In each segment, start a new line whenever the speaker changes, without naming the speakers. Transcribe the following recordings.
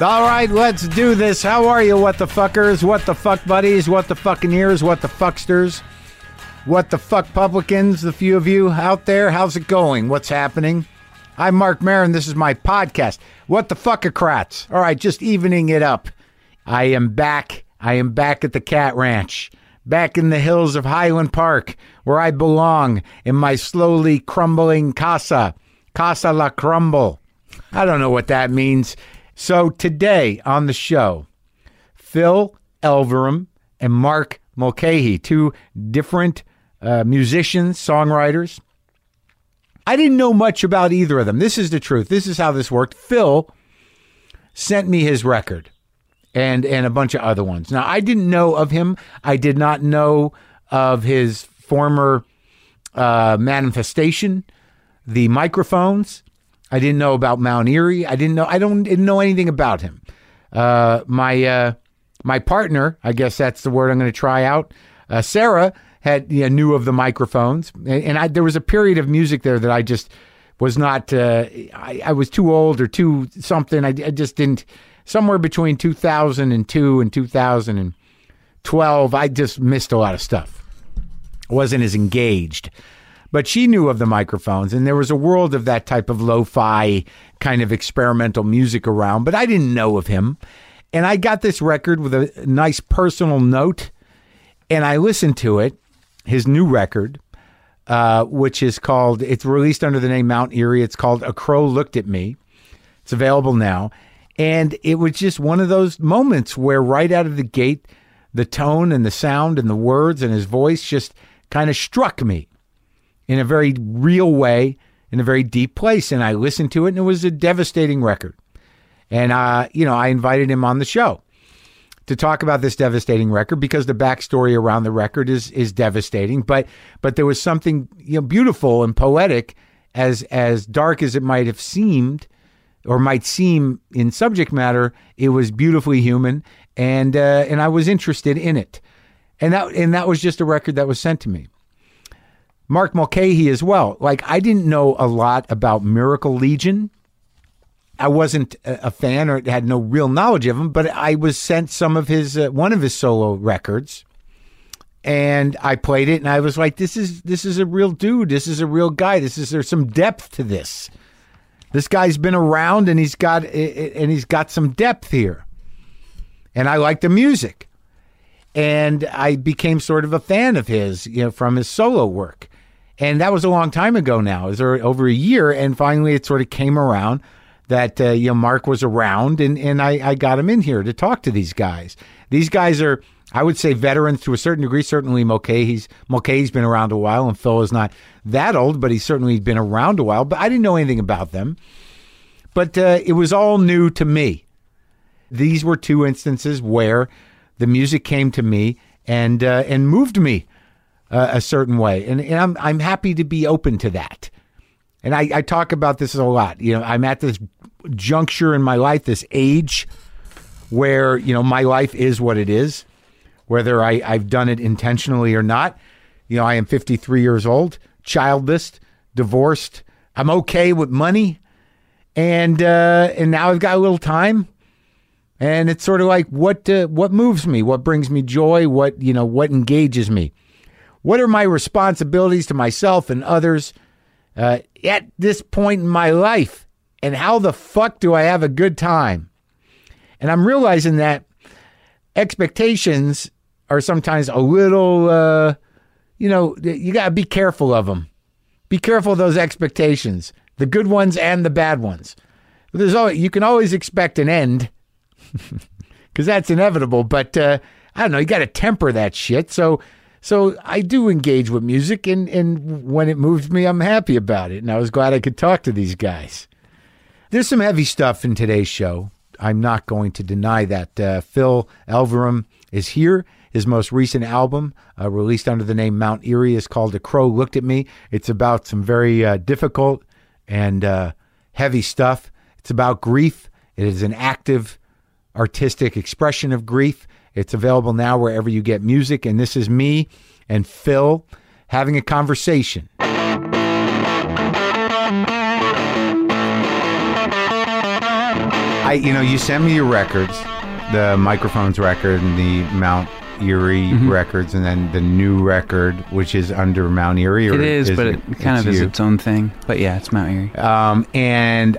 All right, let's do this. How are you, what the fuckers, what the fuck buddies, what the fucking ears, what the fucksters, what the fuck publicans, the few of you out there? How's it going? What's happening? I'm Mark Marin. This is my podcast, What the Fuckocrats. All right, just evening it up. I am back. I am back at the cat ranch, back in the hills of Highland Park, where I belong in my slowly crumbling casa, Casa La Crumble. I don't know what that means. So today on the show, Phil Elverum and Mark Mulcahy, two different uh, musicians, songwriters. I didn't know much about either of them. This is the truth. This is how this worked. Phil sent me his record and and a bunch of other ones. Now I didn't know of him. I did not know of his former uh, manifestation, the microphones. I didn't know about Mount Erie. I didn't know. I don't didn't know anything about him. Uh, my uh, my partner, I guess that's the word I'm going to try out. Uh, Sarah had you know, knew of the microphones, and, and I, there was a period of music there that I just was not. Uh, I, I was too old or too something. I, I just didn't. Somewhere between 2002 and 2012, I just missed a lot of stuff wasn't as engaged. But she knew of the microphones, and there was a world of that type of lo fi kind of experimental music around, but I didn't know of him. And I got this record with a nice personal note, and I listened to it, his new record, uh, which is called, it's released under the name Mount Erie. It's called A Crow Looked at Me. It's available now. And it was just one of those moments where right out of the gate, the tone and the sound and the words and his voice just kind of struck me in a very real way, in a very deep place. And I listened to it and it was a devastating record. And, uh, you know, I invited him on the show to talk about this devastating record because the backstory around the record is is devastating. But but there was something you know beautiful and poetic, as as dark as it might have seemed, or might seem in subject matter. It was beautifully human, and uh, and I was interested in it, and that and that was just a record that was sent to me. Mark Mulcahy as well. Like I didn't know a lot about Miracle Legion. I wasn't a a fan or had no real knowledge of him, but I was sent some of his uh, one of his solo records, and I played it, and I was like, "This is this is a real dude. This is a real guy. This is there's some depth to this. This guy's been around, and he's got and he's got some depth here." And I liked the music and I became sort of a fan of his, you know, from his solo work. And that was a long time ago now, it was er, over a year. And finally, it sort of came around that uh, you know Mark was around, and and I, I got him in here to talk to these guys. These guys are, I would say, veterans to a certain degree. Certainly, Mulcahy's Mulcahy's been around a while, and Phil is not that old, but he's certainly been around a while. But I didn't know anything about them. But uh, it was all new to me these were two instances where the music came to me and uh, and moved me uh, a certain way, and, and I'm I'm happy to be open to that. And I, I talk about this a lot. You know, I'm at this juncture in my life, this age, where you know my life is what it is, whether I, I've done it intentionally or not. You know, I am 53 years old, childless, divorced. I'm okay with money, and uh, and now I've got a little time and it's sort of like what uh, what moves me what brings me joy what you know what engages me what are my responsibilities to myself and others uh, at this point in my life and how the fuck do i have a good time and i'm realizing that expectations are sometimes a little uh, you know you got to be careful of them be careful of those expectations the good ones and the bad ones there's always, you can always expect an end because that's inevitable. But uh, I don't know. You got to temper that shit. So, so I do engage with music, and and when it moves me, I'm happy about it. And I was glad I could talk to these guys. There's some heavy stuff in today's show. I'm not going to deny that. Uh, Phil Elverum is here. His most recent album, uh, released under the name Mount Erie, is called "The Crow Looked at Me." It's about some very uh, difficult and uh, heavy stuff. It's about grief. It is an active artistic expression of grief. It's available now wherever you get music. And this is me and Phil having a conversation. I, you know, you send me your records, the microphones record and the Mount Erie
Mm-hmm.
records, and then the new record, which is under Mount Erie. or
It is, but it kind of is
you.
its own thing. But yeah, it's Mount Erie.
Um, and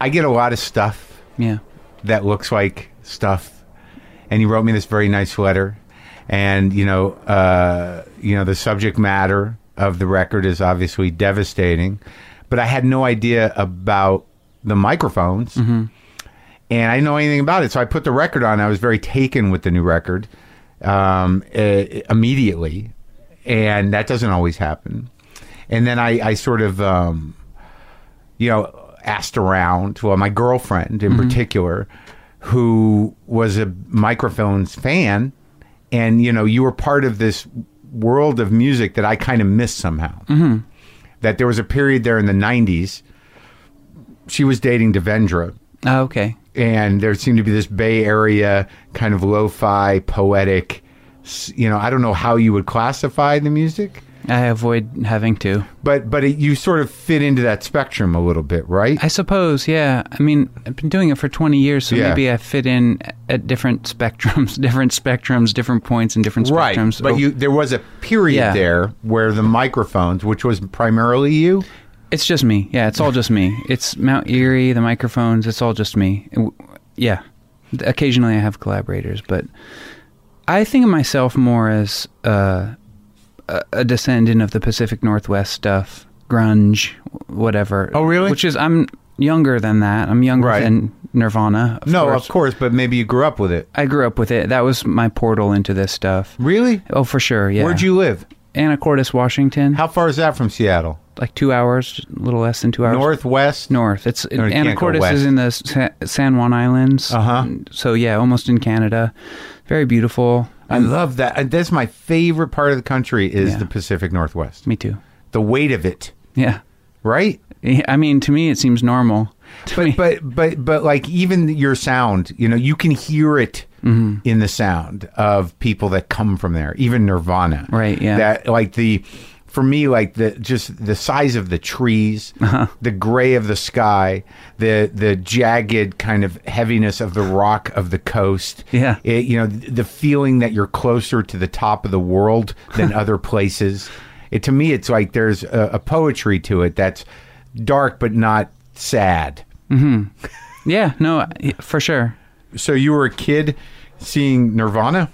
I get a lot of stuff
Yeah.
that looks like stuff. And he wrote me this very nice letter. And you know, uh, you know, the subject matter of the record is obviously devastating, but I had no idea about the microphones, and I didn't know anything about it. So I put the record on. I was very taken with the new record um, eh, immediately, and that doesn't always happen. And then I, I sort of. Um, you know, asked around. Well, my girlfriend in particular, who was a microphones fan, and you know, you were part of this world of music that I kind of missed somehow. Mm-hmm. That there was a period there in the '90s. She was dating Devendra,
Oh, okay.
and there seemed to be this Bay Area kind of lo-fi, poetic. s- You know, I don't know how you would classify the music,
I avoid having to.
but but it, you sort of fit into that spectrum a little bit, right?
I suppose, yeah. I mean, I've been doing it for 20 years, so
Yeah.
maybe I fit in at different spectrums, different spectrums, different points, and different
right
spectrums.
but
Oh,
you there was a period
Yeah.
there where the microphones which was primarily you
It's just me. Yeah, it's all just me. It's Mount Erie, the microphones. It's all just me. It w- Yeah. Occasionally I have collaborators, but I think of myself more as uh, a a descendant of the Pacific Northwest stuff, grunge, w- whatever.
Oh, really?
Which is, I'm younger than that. I'm younger
Right.
than Nirvana. Of
no
course.
of course but maybe you grew up with it
I grew up with it. That was my portal into this stuff.
really
Oh, for sure. Yeah.
where'd you live
Anacortes, Washington.
how far is that from seattle
Like two hours, a little less than two hours.
northwest
north. It's
No, you can't go
Anacortes
west.
is in the Sa- San Juan Islands.
Uh-huh.
So yeah, almost in Canada. Very beautiful.
i love that And that's my favorite part of the country is
Yeah.
the pacific northwest
Me too.
the weight of it
Yeah.
right
Yeah, I mean, to me, it seems normal. To me-
but but but but like even your sound you know you can hear it
Mm-hmm.
in the sound of people that come from there even nirvana
Right, yeah.
that like the for me like the just the size of the trees
Uh-huh.
the gray of the sky the the jagged kind of heaviness of the rock of the coast
Yeah.
it, you know th- the feeling that you're closer to the top of the world than other places it to me it's like there's a, a poetry to it that's dark but not sad
yeah, no, I- for sure.
so you were a kid seeing Nirvana?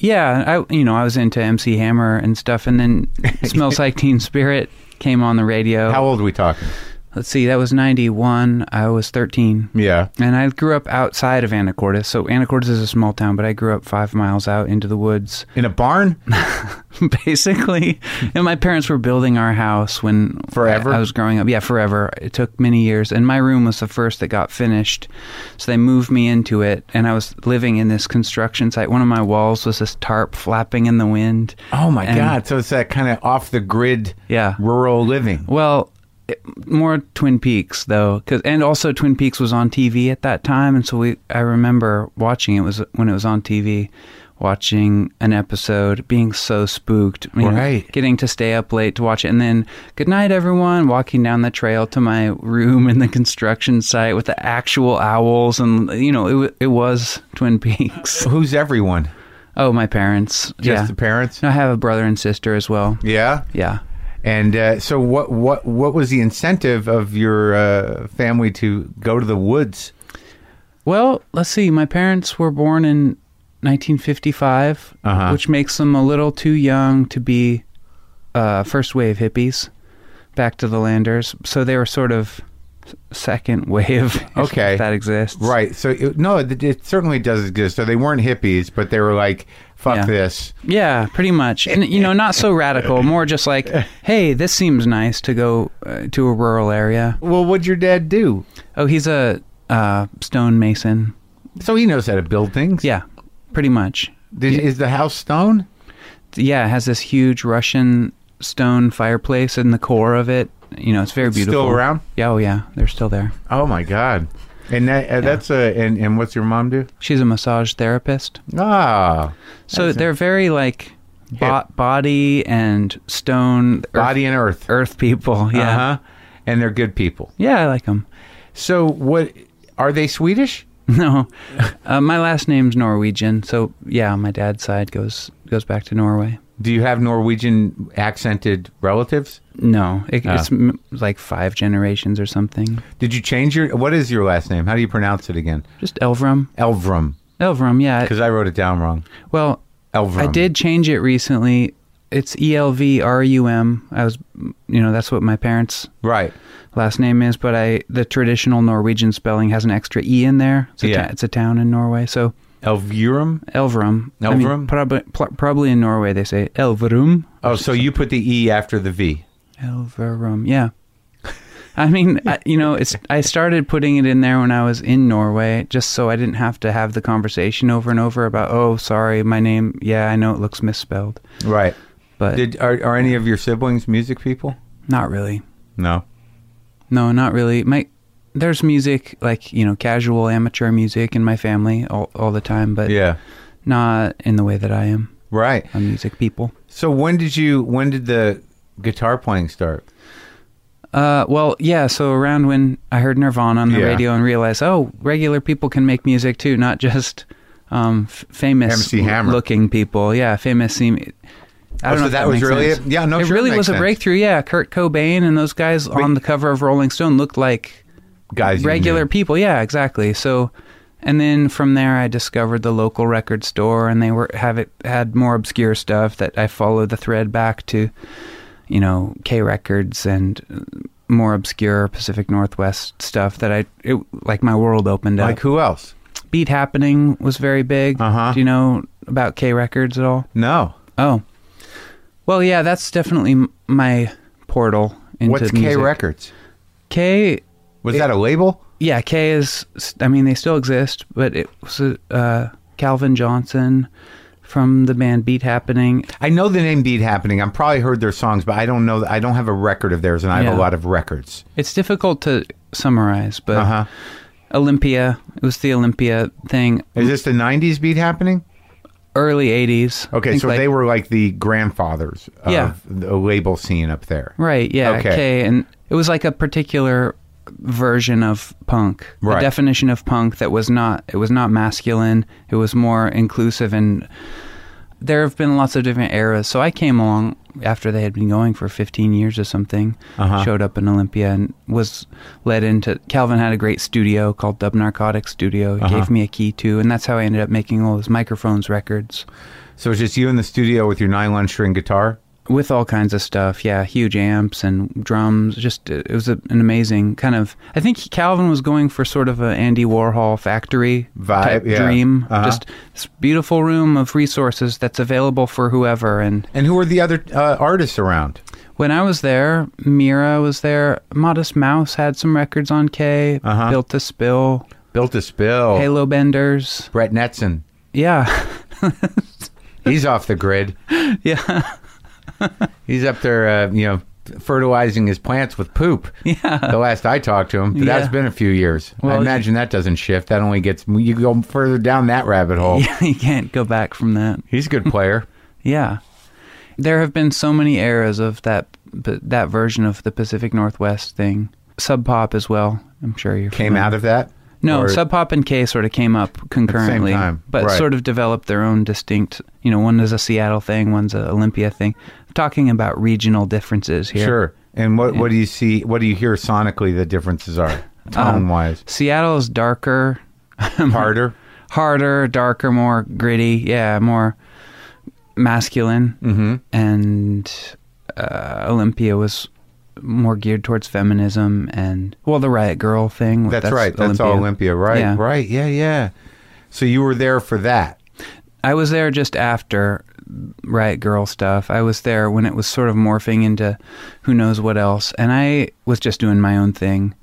Yeah, I you know I was into MC Hammer and stuff, and then Smells Like Teen Spirit came on the radio.
How old are we talking?
Let's see, that was ninety one. I was thirteen.
Yeah.
And I grew up outside of Anacortes. So Anacortes is a small town, but I grew up five miles out into the woods.
In a barn?
basically. And my parents were building our house when
Forever?
I, I was growing up. Yeah, forever. It took many years, and my room was the first that got finished. So they moved me into it, and I was living in this construction site. One of my walls was this tarp flapping in the wind.
Oh my
And-
God. So it's that kind of off the grid
Yeah.
rural living.
Well, it- more Twin Peaks though, 'cause- and also Twin Peaks was on TV at that time, and so we I remember watching it was when it was on TV, watching an episode, being so spooked, you know,
Right.
getting to stay up late to watch it, and then good night everyone, walking down the trail to my room in the construction site with the actual owls, and you know it wa- it was Twin Peaks.
Who's everyone?
Oh, my parents,
Just
yeah.
the parents?
No, I have a brother and sister as well.
Yeah.
Yeah.
And uh, so what, what, what was the incentive of your uh, family to go to the woods?
Well, let's see. My parents were born in 1955,
Uh-huh.
which makes them a little too young to be uh, first wave hippies. Back to the Landers, so they were sort of s- second wave. if
Okay.
that exists.
Right. So it, no, it, it certainly does exist. So they weren't hippies, but they were like, fuck
Yeah.
this.
Yeah, pretty much. And you know, not so radical. More just like, hey, this seems nice to go uh, to a rural area.
Well, what'd your dad do?
Oh, he's a uh, stonemason.
So he knows how to build things.
Yeah, pretty much.
Did, Is the house stone?
yeah, it has this huge Russian stone fireplace in the core of it. You know, it's very beautiful.
Still around?
Yeah, oh yeah, they're still there.
Oh my God! And that uh, that's a and, and what's your mom do?
She's a massage therapist,
Ah,
so they're very like bo- body and stone earth-
body and earth.
earth, people. Yeah,
Uh-huh. And they're good people.
yeah, I like them.
So what? Are they Swedish?
No, uh, my last name's Norwegian, so yeah, my dad's side goes goes back to Norway.
Do you have Norwegian accented relatives?
No, it,
Uh.
it's m- like five generations or something.
Did you change your? What is your last name? How do you pronounce it again?
Just Elvrum.
Elvrum,
Elvrum, yeah.
because I wrote it down wrong.
Well,
Elvrum.
I did change it recently. It's E L V R U M. I was, you know, that's what my parents'
Right.
last name is, but I the traditional Norwegian spelling has an extra E in there. It's a,
Yeah.
ta- it's a town in Norway, so
Elvrum.
Elvrum.
Elverum?
probably, pl- probably in Norway they say Elverum.
Oh, so you put the E after the V.
Elverum, yeah. I mean, I, you know, it's. I started putting it in there when I was in Norway, just so I didn't have to have the conversation over and over about. Oh, sorry, my name. Yeah, I know it looks misspelled,
Right.
but
Did are, are any of your siblings music people?
not really.
No.
No, not really. My there's music like you know casual amateur music in my family all, all the time, but
Yeah.
not in the way that I am.
Right.
I'm music people.
So when did you? When did the guitar playing start?
Uh, well, yeah. So around when I heard Nirvana on the
Yeah.
radio and realized, oh, regular people can make music too, not just um, f- famous
MC Hammer.
looking people. Yeah, famous seem. I
Oh,
don't
so
know if
that
that
was
makes
really
sense.
it? Yeah, no,
it
sure,
really
it makes
was a
sense.
breakthrough. Yeah, Kurt Cobain and those guys on the cover of Rolling Stone looked like
Guys, you
regular
knew.
people. Yeah, exactly. So, and then from there, I discovered the local record store, and they were have it had more obscure stuff that I followed the thread back to, you know, K Records and uh, more obscure Pacific Northwest stuff that I it, like. My world opened up.
Like who else?
Beat Happening was very big.
Uh-huh.
Do you know about K Records at all?
No.
Oh, well, yeah, that's definitely m- my portal into
What's K
music.
Records?
K
Was that a label?
yeah, K is. I mean, they still exist, but it was uh, Calvin Johnson from the band Beat Happening.
I know the name Beat Happening. I've probably heard their songs, but I don't know. I don't have a record of theirs, and I have a
Yeah.
lot of records.
It's difficult to summarize, but
Uh huh.
Olympia. It was the Olympia thing,
Is this the '90s Beat Happening?
early '80s. I
Okay,
think,
so
like-
they were like the grandfathers of
Yeah.
the label scene up there.
right. Yeah,
Okay.
K, and it was like a particular version of punk.
Right.
The definition of punk that was not. It was not masculine. It was more inclusive and. There have been lots of different eras. So I came along after they had been going for 15 years or something.
Uh-huh.
showed up in Olympia and was led into Calvin had a great studio called Dub Narcotics Studio. He
Uh-huh.
gave me a key to, and that's how I ended up making all those microphones records
So it's just you in the studio with your nylon string guitar.
with all kinds of stuff. Yeah, huge amps and drums. Just uh, it was a, an amazing kind of. I think Calvin was going for sort of a Andy Warhol factory
Vibe,
type
yeah.
dream.
Uh-huh.
Just this beautiful room of resources that's available for whoever and.
And who were the other uh, artists around?
When I was there, Mira was there. Modest Mouse had some records on K.
Uh-huh. Oh.
Built to Spill.
Built to Spill,
Halo Benders.
Brett Netson.
Yeah.
He's off the grid.
yeah.
He's up there, uh, you know, fertilizing his plants with poop.
Yeah.
The last I talked to him, but that's
Yeah.
been a few years. I
Well,
imagine that doesn't shift. That only gets you go further down that rabbit hole.
Yeah, you can't go back from that.
He's a good player.
Yeah. There have been so many eras of that but that version of the Pacific Northwest thing. Sub Pop as well. I'm sure you
Came out of that.
Mm-hmm. No,
Or-
Sub Pop and K sort of came up concurrently,
time,
but
right.
sort of developed their own distinct, you know, one is a Seattle thing, one's a Olympia thing. I'm talking about regional differences here.
sure. And what what do you see? What do you hear sonically? The differences are
Um,
tone wise,
Seattle's darker,
harder.
harder, darker, more gritty. Yeah, more masculine. Mm-hmm. And uh, Olympia was more geared towards feminism and well, the Riot Girl thing.
That's, right. That's all Olympia. Right.
Yeah.
Right. Yeah. Yeah. So you were there for that.
I was there just after Riot Girl stuff. I was there when it was sort of morphing into who knows what else, and I was just doing my own thing.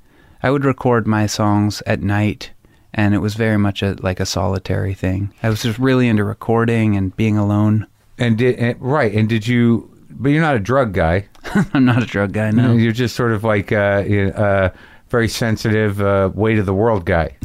I would record my songs at night, and it was very much a like a solitary thing. I was just really into recording and being alone.
And did and, right. And did you? But you're not a drug guy.
I'm not a drug guy,
You know,
no.
You're just sort of like uh, you know, uh, very sensitive, uh, weight of the world guy.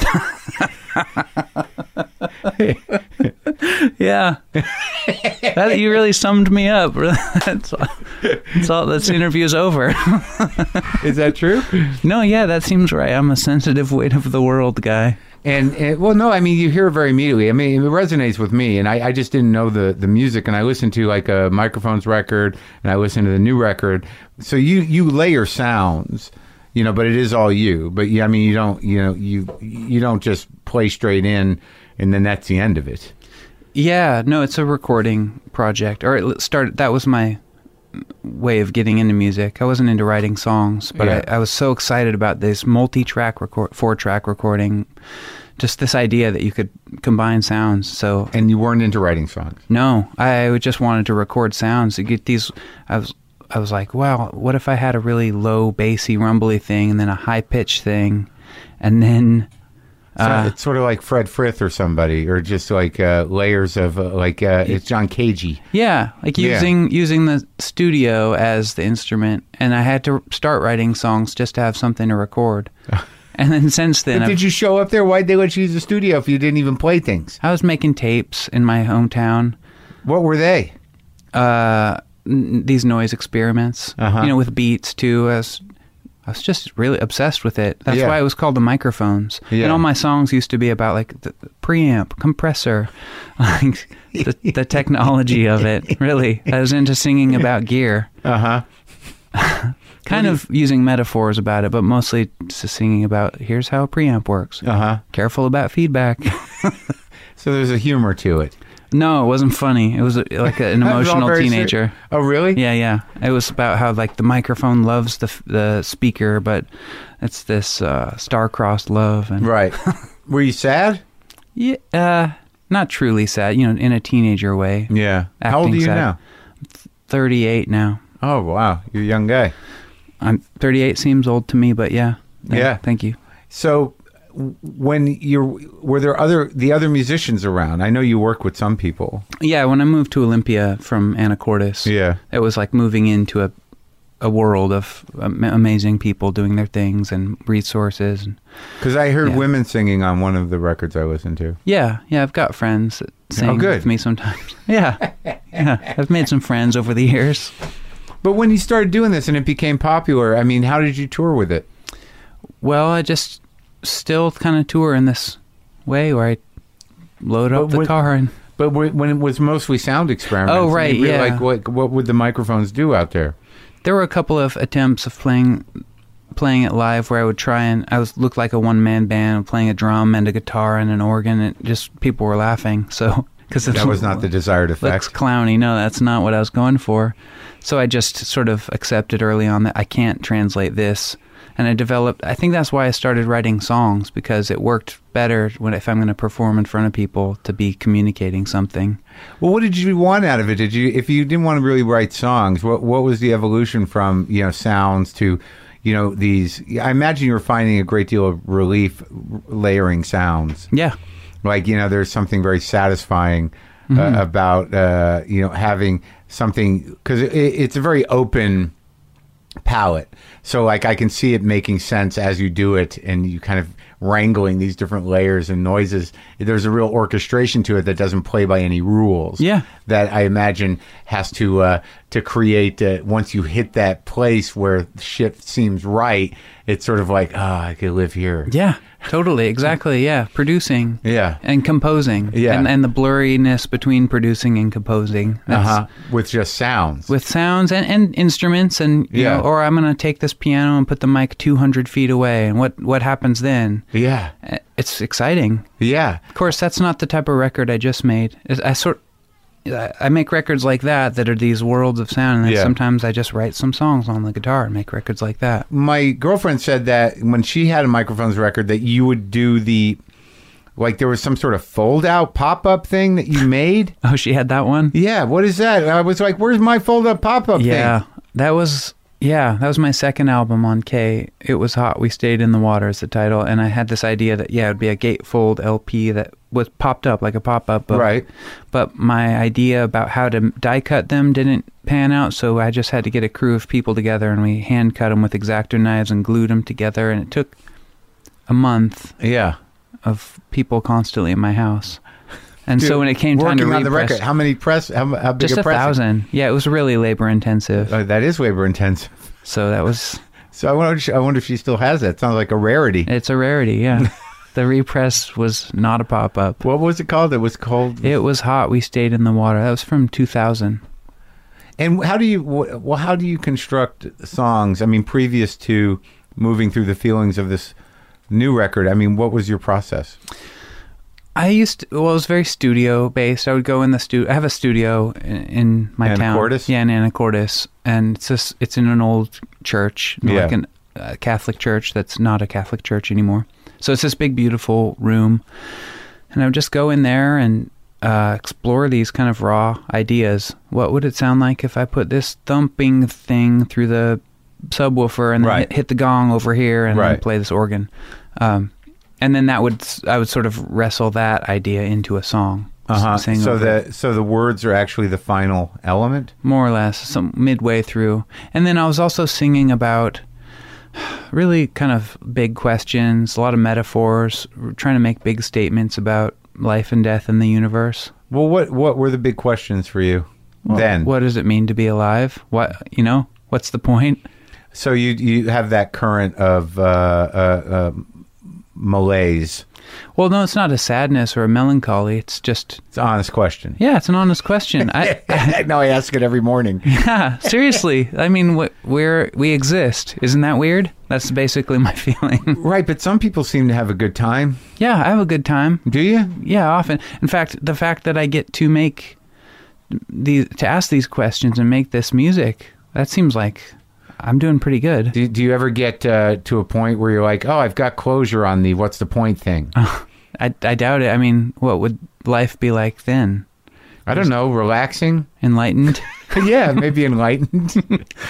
Yeah, that, you really summed me up. that's, all, that's all. This interview's over.
Is that true?
no, yeah, that seems right. I'm a sensitive weight of the world guy.
And, and well, no, I mean you hear it very immediately. I mean it resonates with me, and I, I just didn't know the the music, and I listened to like a microphones record, and I listened to the new record. So you you layer sounds, you know, but it is all you. But yeah, I mean you don't you know you you don't just play straight in, and then that's the end of it.
Yeah, no, it's a recording project, or it started. That was my way of getting into music. I wasn't into writing songs, but
Yeah.
I, I was so excited about this multi-track record, four-track recording. Just this idea that you could combine sounds. So
And you weren't into writing songs.
no, I would just wanted to record sounds to get these. I was I was like, wow, what if I had a really low bassy rumbly thing, and then a high pitch thing, and then
So
Uh,
it's sort of like Fred Frith or somebody, or just like uh, layers of uh, like uh, it's John Cagey.
Yeah, like
Yeah.
using using the studio as the instrument, and I had to start writing songs just to have something to record. and then since then,
But
I've-
did you show up there? Why'd they let you use the studio if you didn't even play things?
I was making tapes in my hometown.
What were they?
Uh, n- these noise experiments,
Uh-huh.
you know, with beats too. I was, I was just really obsessed with it. That's
Yeah.
why it was called the microphones.
Yeah.
And all my songs used to be about like the preamp, compressor, like the, the technology of it. Really, I was into singing about gear.
Uh
Uh-huh,
huh.
kind of using metaphors about it, but mostly just singing about here's how a preamp works.
Uh huh.
Careful about feedback.
So there's a humor to it.
no, it wasn't funny. It was uh, like an
That was all
emotional
very ser-
teenager.
Oh, really?
yeah, yeah. It was about how like the microphone loves the f- the speaker, but it's this uh, star-crossed love and
Right. were you sad?
yeah, uh, not truly sad. You know, in a teenager way.
Yeah. How old
Acting
are you
sad.
now?
Thirty-eight now.
Oh, wow. You're a young guy.
I'm thirty-eight. Seems old to me, but yeah.
Yeah.
Thank you.
So w- when you're were there other the other musicians around i know you work with some people
Yeah, when I moved to Olympia from Anacortes,
yeah
it was like moving into a a world of am- amazing people doing their things and resources. And
because i heard
Yeah.
women singing on one of the records i listened to
yeah, yeah, I've got friends that sing
Oh, good.
with me sometimes. Yeah, yeah, I've made some friends over the years.
but when you started doing this and it became popular i mean how did you tour with it
Well, I just still kind of tour in this way where I load up
But
the
when-
car and
But wh- when it was mostly sound experiments,
Oh,
and
right,
you were
yeah.
Like what what would the microphones do out there?
there were a couple of attempts of playing playing it live where I would try and I was looked like a one man band playing a drum and a guitar and an organ and just people were laughing so because
That was not the desired
looks
effect.
clowny no that's not what I was going for so I just sort of accepted early on that I can't translate this and I developed I think that's why I started writing songs because it worked better when if I'm going to perform in front of people to be communicating something
Well, what did you want out of it? Did you if you didn't want to really write songs? What what was the evolution from you know sounds to you know these? I imagine you were finding a great deal of relief r- layering sounds.
yeah
Like you know, there's something very satisfying.
Mm-hmm.
Uh, about uh, you know having something because it, it's a very open palette. So like I can see it making sense as you do it and you kind of wrangling these different layers and noises. There's a real orchestration to it that doesn't play by any rules.
Yeah.
That I imagine has to uh to create uh, once you hit that place where shit seems right, it's sort of like, ah, I could live here.
Yeah, totally, exactly. Yeah, producing.
Yeah.
and composing.
Yeah.
and, and the blurriness between producing and composing. That's-
Uh-huh. With just sounds.
With sounds and, and instruments, and you
Yeah.
know, or I'm gonna take this piano and put the mic 200 feet away, and what what happens then?
yeah.
Eh, It's exciting.
Yeah.
Of course, that's not the type of record I just made. Is- I sort I I make records like that that are these worlds of sound, and then
Yeah.
sometimes I just write some songs on the guitar and make records like that.
my girlfriend said that when she had a microphones record that you would do the like there was some sort of fold out pop up thing that you made.
Oh, she had that one.
yeah, what is that? I was like, where's my fold up pop up
Yeah, that was yeah, that was my second album on K. It was hot. We stayed in the water is the title, and I had this idea that yeah, it'd be a gatefold LP that was popped up like a pop up
thing?
book.
Right.
But my idea about how to die cut them didn't pan out, so I just had to get a crew of people together, and we hand cut them with exacto knives and glued them together, and it took a month
Yeah.
of people constantly in my house. And
Dude,
so when it came time to
working on the
repress,
record, how many press? How, how big
just
a
a
press?
thousand. Yeah, it was really labor intensive.
Oh, that is labor intensive.
So that was
So I wonder. if she- I wonder if she still has that. Sounds like a rarity.
it's a rarity. Yeah, the repress was not a pop up.
What was it called? It was called.
It was hot. We stayed in the water. That was from 2000.
And how do you? wh- Well, how do you construct songs? I mean, previous to moving through the feelings of this new record. I mean, what was your process?
I used to, well, it was very studio based. I would go in the studio. I have a studio in, in my town.
Anacortes?
Yeah, in Anacortes, and it's just it's in an old church, you know,
Yeah.
like an uh, Catholic church that's not a Catholic church anymore. So it's this big, beautiful room, and I would just go in there and uh, explore these kind of raw ideas. What would it sound like if I put this thumping thing through the subwoofer and then
Right.
hit, hit the gong over here and then
Right.
play this organ? Um, and then that would I would sort of wrestle that idea into a song. s- sing
Uh-huh. So
over it,
the so the words are actually the final element.
more or less some midway through, and then I was also singing about really kind of big questions, a lot of metaphors, r- trying to make big statements about life and death and the universe.
Well, what what were the big questions for you then?
what does it mean to be alive? What you know? What's the point?
So you you have that current of uh, uh, uh, malaise.
Well, no, it's not a sadness or a melancholy. It's just
It's an honest question.
yeah, it's an honest question. I,
no, I ask it every morning.
Yeah, seriously. I mean, wh- we're we exist. Isn't that weird? That's basically my feeling.
right, but some people seem to have a good time.
yeah, I have a good time.
Do you?
Yeah, often. In fact, the fact that I get to make these to ask these questions and make this music, that seems like I'm doing pretty good.
Do, do you ever get uh, to a point where you're like, oh, I've got closure on the what's the point thing?
Uh-huh. I I doubt it. I mean, what would life be like then?
I don't know, relaxing?
Enlightened?
yeah, maybe enlightened.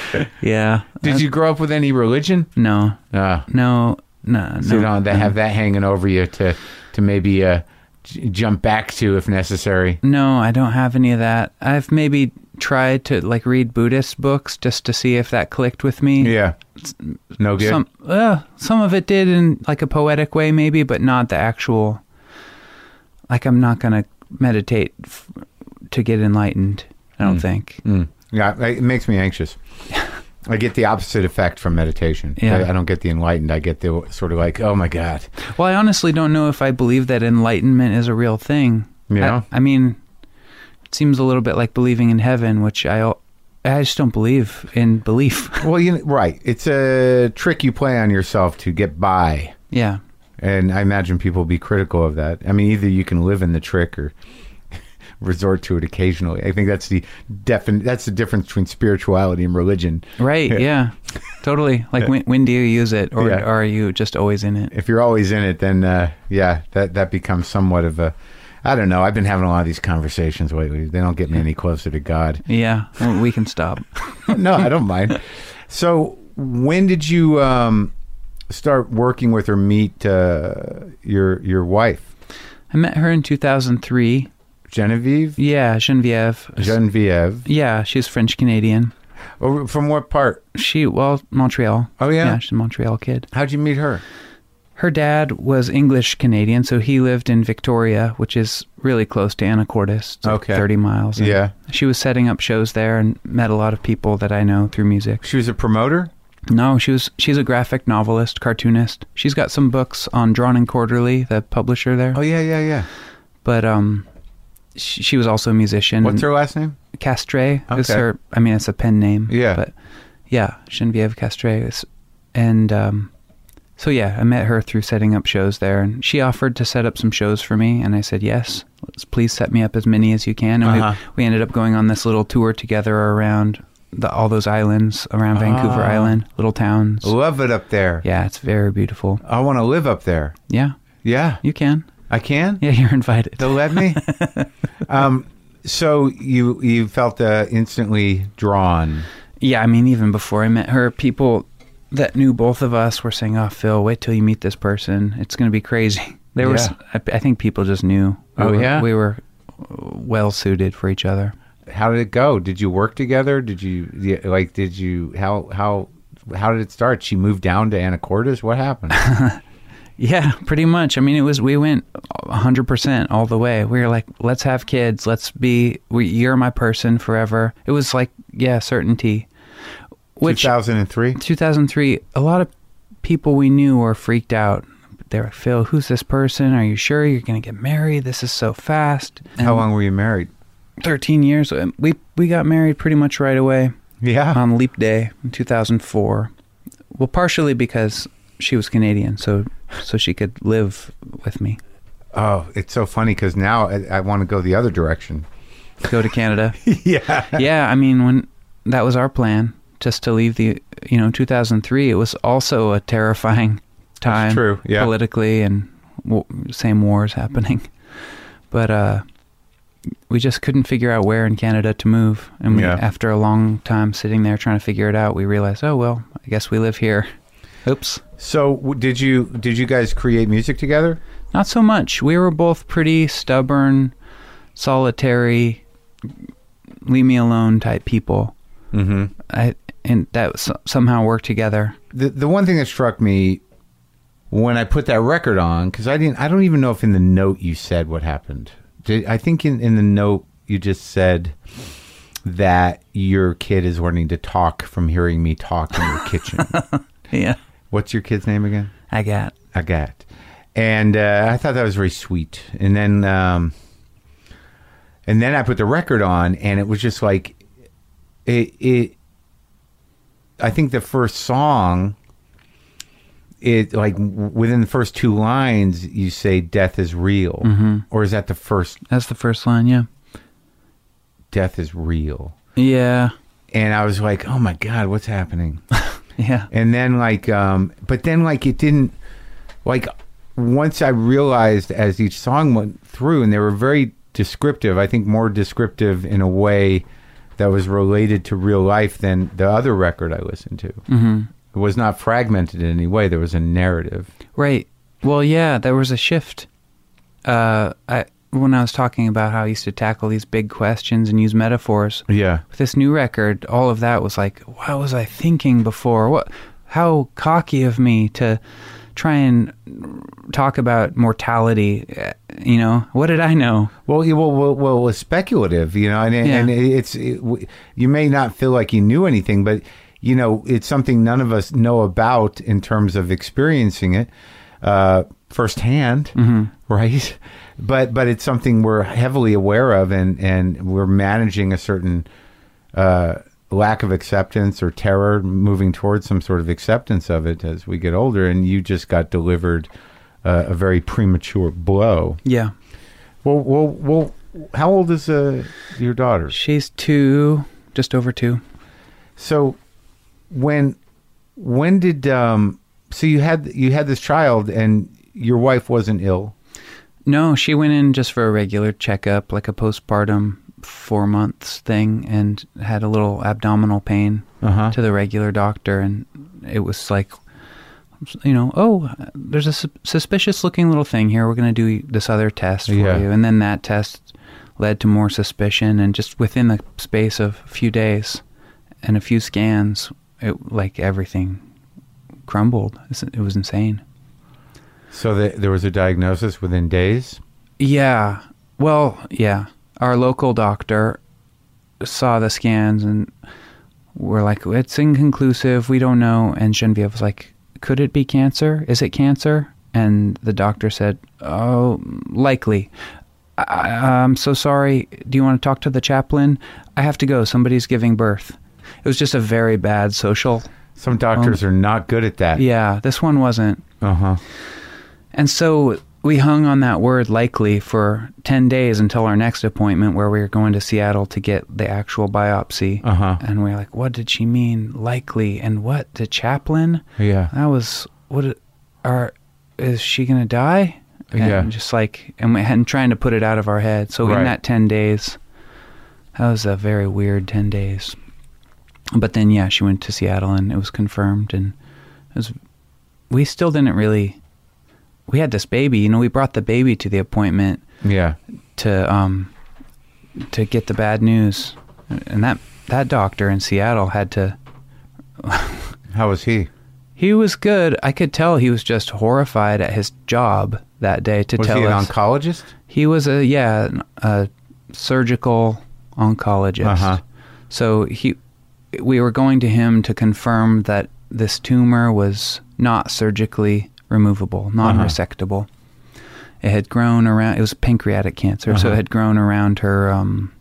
yeah.
Did you grow up with any religion?
Uh, No.
Uh,
No. No.
so you
no.
don't have that hanging over you to, to maybe uh, j- jump back to if necessary.
No, I don't have any of that. I've maybe tried to like read Buddhist books just to see if that clicked with me.
Yeah. No good.
Some uh, some of it did in like a poetic way maybe, but not the actual like I'm not going to meditate f- to get enlightened. I don't think.
Mm. Yeah, I- it makes me anxious. I get the opposite effect from meditation.
Yeah.
I, I don't get the enlightened. I get the sort of like, oh my god.
Well, I honestly don't know if I believe that enlightenment is a real thing.
Yeah.
I, I mean, it seems a little bit like believing in heaven, which I al- I just don't believe in belief.
Well, you know, right. It's a trick you play on yourself to get by,
yeah.
and I imagine people will be critical of that. I mean, either you can live in the trick or resort to it occasionally. I think that's the defin- That's the difference between spirituality and religion.
Right. Yeah. Totally. Like when when do you use it, or,
Yeah.
or are you just always in it?
If you're always in it, then uh, yeah, that that becomes somewhat of a. I don't know. I've been having a lot of these conversations lately. They don't get me any closer to God.
Yeah. Well, we can stop.
no, I don't mind. So, when did you um, start working with or meet uh, your your wife,
I met her in 2003.
Genevieve?
Yeah, Genevieve.
Genevieve.
Yeah, she's French Canadian.
Oh, from what part?
She well Montreal.
Oh, yeah?
Yeah, she's a Montreal kid.
How'd you meet her?
Her dad was English Canadian, so he lived in Victoria, which is really close to Anacortes. It's like
Okay.
30 miles. And
Yeah.
She was setting up shows there and met a lot of people that I know through music.
She was a promoter.
No, she was she's a graphic novelist, cartoonist. She's got some books on Drawn and Quarterly, the publisher there.
Oh yeah, yeah, yeah.
But um she, she was also a musician.
What's her last name?
Castre is
Okay.
her I mean it's a pen name.
Yeah.
But yeah, Genevieve Castre is and um so yeah, I met her through setting up shows there and she offered to set up some shows for me and I said yes. Let's please set me up as many as you can and
Uh-huh.
we, we ended up going on this little tour together around the, all those islands around Vancouver
Ah.
Island, little towns.
Love it up there.
Yeah, it's very beautiful.
I want to live up there.
Yeah,
Yeah,
you can.
I can.
Yeah, you're invited.
They'll let me. um, so you you felt uh, instantly drawn.
Yeah, I mean, even before I met her, people that knew both of us were saying, "Oh, Phil, wait till you meet this person. It's going to be crazy." There was,
Yeah.
I, I think, people just knew. We
Oh,
were,
yeah?
we were well suited for each other.
how did it go? Did you work together? Did you yeah, like? Did you how how how did it start? She moved down to Anacortes. What happened?
Yeah, pretty much. I mean, it was we went 100% all the way. We were like, let's have kids. Let's be we, you're my person forever. It was like, yeah, certainty. Which
2003.
2003, a lot of people we knew were freaked out. They were like, Phil, who's this person? Are you sure you're going to get married? This is so fast. And
How long were you married?
13 years. And We we got married pretty much right away
Yeah.
on leap day in 2004. Well, partially because she was Canadian, so so she could live with me.
Oh, it's so funny because now I, I want to go the other direction.
Go to Canada.
yeah.
yeah, I mean, when that was our plan, just to leave the, you know, 2003, it was also a terrifying time.
true, yeah.
Politically and w- same wars happening. But uh, we just couldn't figure out where in Canada to move. And we,
Yeah.
after a long time sitting there trying to figure it out, we realized, oh, well, I guess we live here. Oops.
So w- did you did you guys create music together?
Not so much. We were both pretty stubborn, solitary, leave me alone type people.
Mm-hmm.
I and that s- somehow worked together.
the the one thing that struck me when I put that record on because I didn't I don't even know if in the note you said what happened. Did, I think in, in the note you just said that your kid is learning to talk from hearing me talk in your kitchen.
Yeah,
What's your kid's name again?
I got.
Agat. And uh, I thought that was very sweet. And then, um, and then I put the record on, and it was just like, it. it I think the first song, it like w- within the first two lines, you say "death is real," or is that the first
That's the first line. Yeah,
"death is real"?
yeah,
And I was like, "Oh my god, what's happening?"
yeah.
and then like um but then like it didn't like once i realized as each song went through and they were very descriptive i think more descriptive in a way that was related to real life than the other record i listened to mm-hmm. it was not fragmented in any way there was a narrative
Right. Well, yeah. There was a shift. Uh, I when I was talking about how I used to tackle these big questions and use metaphors
yeah
with this new record, all of that was like, what was I thinking before? What? How cocky of me to try and talk about mortality. eh, You know, what did I know?
Well, yeah, well, well, well, it's speculative, you know, and,
Yeah.
and it's it, w- you may not feel like you knew anything, but you know, it's something none of us know about in terms of experiencing it uh, firsthand, right? But but it's something we're heavily aware of, and and we're managing a certain uh, lack of acceptance or terror, moving towards some sort of acceptance of it as we get older. And you just got delivered uh, a very premature blow.
Yeah.
Well, well, well. How old is uh, your daughter?
She's two, just over two.
So, when, when did um? So you had you had this child, and your wife wasn't ill.
No, she went in just for a regular checkup, like a postpartum four months thing, and had a little abdominal pain
Uh-huh.
to the regular doctor. And it was like, you know, oh, there's a suspicious looking little thing here. We're going to do this other test for
Yeah.
you. And then that test led to more suspicion. And just within the space of a few days and a few scans, it, like everything crumbled. It's- It was insane.
So that there was a diagnosis within days.
Yeah. Well, yeah. Our local doctor saw the scans and we're like, it's inconclusive. We don't know. And Genevieve was like, could it be cancer? Is it cancer? And the doctor said, oh, likely. I- I, I'm so sorry. Do you want to talk to the chaplain? I have to go. Somebody's giving birth. It was just a very bad social.
Some doctors are not good at that.
Yeah, this one wasn't.
Uh huh.
And so we hung on that word likely for 10 days until our next appointment where we were going to Seattle to get the actual biopsy.
Uh-huh.
And we are like, what did she mean likely? And what, the chaplain?
Yeah.
That was, what, are, is she going to die? And
Yeah.
Just like, and, we, and trying to put it out of our head. So
Right.
in that 10 days, that was a very weird 10 days. But then, yeah, she went to Seattle and it was confirmed. And it was, we still didn't really, we had this baby, you know, we brought the baby to the appointment
Yeah.
to, um, to get the bad news. And that, that doctor in Seattle had to,
How was he?
he- He was good. I could tell he was just horrified at his job that day to
Was
tell
he an
us.
oncologist?
He was a yeah, an- a surgical oncologist.
Uh-huh.
So he, we were going to him to confirm that this tumor was not surgically removable,
Uh-huh.
non-resectable. It had grown around. It was pancreatic cancer, so
Uh-huh.
it had grown around her um,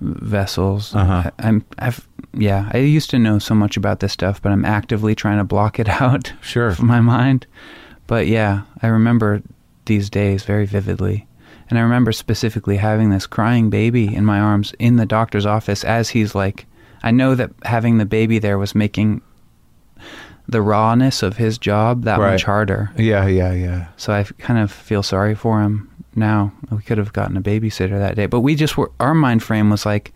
vessels.
Uh-huh.
I, am I've, yeah, I used to know so much about this stuff, but I'm actively trying to block it out
Sure.
of my mind. But yeah, I remember these days very vividly. And I remember specifically having this crying baby in my arms in the doctor's office as he's like, I know that having the baby there was making the rawness of his job that
Right.
much harder.
Yeah, yeah, yeah.
So I kind of feel sorry for him now. We could have gotten a babysitter that day, but we just were, our mind frame was like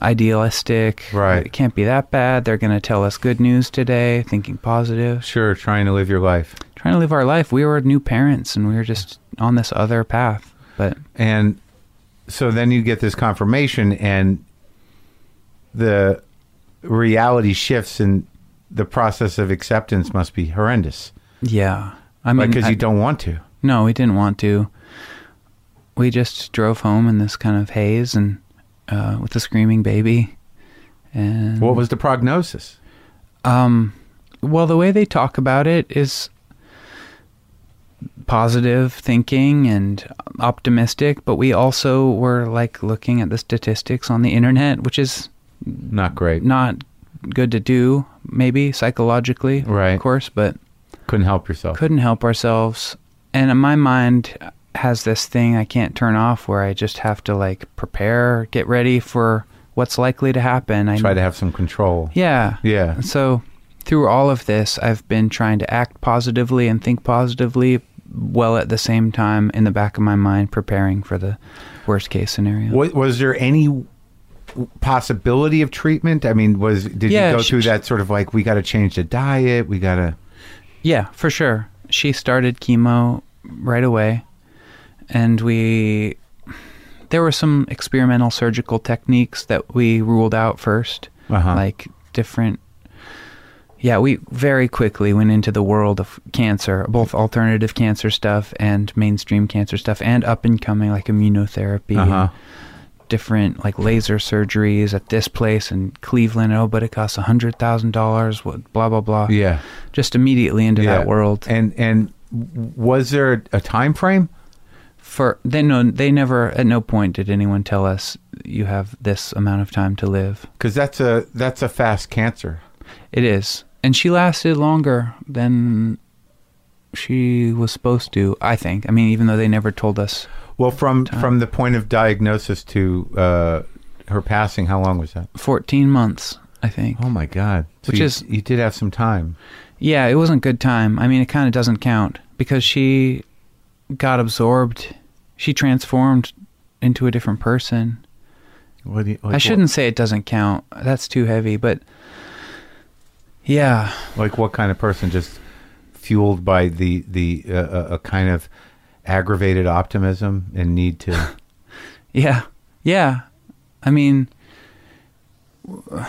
idealistic.
Right.
It can't be that bad. They're going to tell us good news today, thinking positive
Sure, trying to live your life.
trying to live our life. We were new parents and we were just on this other path. But
And so then you get this confirmation, and the reality shifts, and the process of acceptance must be horrendous.
yeah, I mean,
Because
Mm-hmm. I- Mm-hmm.
you don't want to.
no, we didn't want to. We just drove home in this kind of haze and uh, with a screaming baby. And
What was the prognosis?
Um, well, the way they talk about it is positive thinking and optimistic, but we also were like looking at the statistics on the internet, which is
Not great.
not good to do, maybe psychologically,
Right.
Of course, but
Couldn't help yourself.
couldn't help ourselves. And my mind has this thing I can't turn off, where I just have to like prepare, get ready for what's likely to happen. I
Try to have some control.
yeah,
Yeah.
So through all of this, I've been trying to act positively and think positively. While at the same time, in the back of my mind, preparing for the worst case scenario.
Wa- was there any possibility of treatment? I mean, was did
Yeah,
you go
sh-
through that sort of like we got to change the diet, we got to
Yeah, for sure. She started chemo right away, and we there were some experimental surgical techniques that we ruled out 1st
Uh-huh.
like different. Yeah, we very quickly went into the world of cancer, both alternative cancer stuff and mainstream cancer stuff, and up and coming like immunotherapy,
Uh-huh.
and different like laser surgeries at this place in Cleveland. Oh, but it costs a hundred thousand dollars. What? Blah blah blah
yeah,
just immediately into
yeah.
that world.
And and was there a time frame?
For they no, they never at no point did anyone tell us you have this amount of time to live.
Cuz that's a that's a fast cancer.
It is, and she lasted longer than she was supposed to. I think. I mean, even though they never told us,
Well, from from the point of diagnosis to uh, her passing, how long was that?
fourteen months. I think.
Oh my god. So
Which
you,
is-
you did have some time.
Yeah, it wasn't good time. I mean, it kind of doesn't count because she got absorbed. She transformed into a different person.
What do you, like
I
what-
shouldn't say it doesn't count. That's too heavy, but yeah,
like what kind of person just fueled by the the uh, uh, a kind of aggravated optimism and need to
yeah, yeah. I mean, w-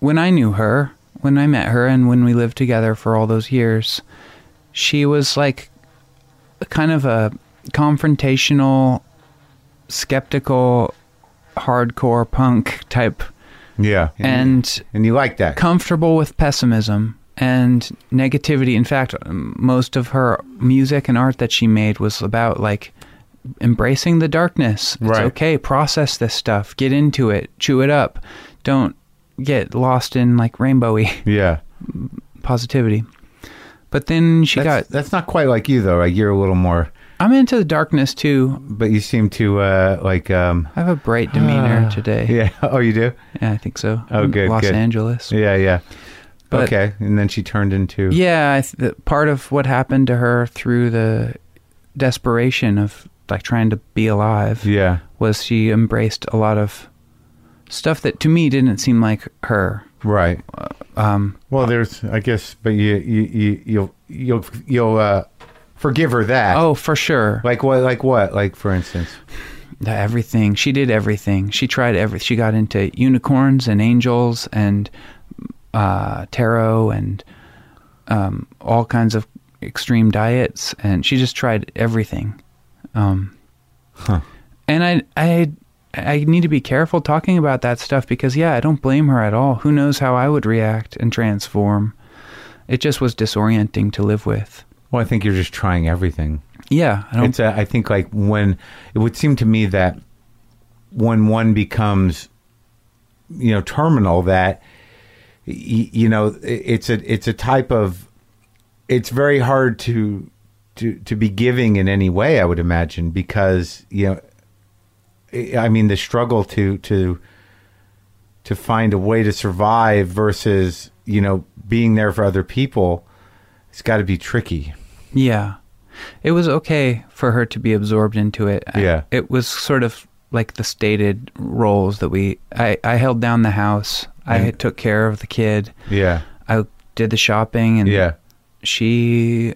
when I knew her, when I met her, and when we lived together for all those years, she was like a kind of a confrontational, skeptical, hardcore punk type,
yeah
and
and you like that
comfortable with pessimism and negativity. In fact, m- most of her music and art that she made was about like embracing the darkness. It's
Right.
okay, process this stuff, get into it, chew it up. Don't get lost in like rainbowy
yeah
positivity. But then she
that's,
got
that's not quite like you though right you're a little more
I'm into the darkness too.
but you seem to uh like um
I have a bright demeanor today.
yeah oh you do
Yeah, I think so.
Oh,
In
good,
Los
good.
Angeles.
yeah yeah
But-
okay and then she turned into
Yeah, I th- the, part of what happened to her through the desperation of like trying to be alive
yeah
was she embraced a lot of stuff that to me didn't seem like her.
right
Um,
well there's i guess but you you, you you'll you'll you'll uh forgive her that
oh, for sure.
like what like what like for instance
The- Everything. She did everything. She tried everything. She got into unicorns and angels and uh, tarot and um, all kinds of extreme diets, and she just tried everything. Um, And I, I, I need to be careful talking about that stuff because yeah, I don't blame her at all. Who knows how I would react and transform? It just was disorienting to live with.
Well, I think you're just trying everything.
Yeah, I don't.
It's a, I think like when it would seem to me that when one becomes you know terminal that y- you know i- it's a it's a type of it's very hard to to to be giving in any way I would imagine because you know I- I mean the struggle to to to find a way to survive versus you know being there for other people it's got to be tricky
Yeah. It was okay for her to be absorbed into it. I-
Yeah.
it was sort of like the stated roles that we I, I held down the house. I took care of the kid.
yeah
I did the shopping and
yeah
she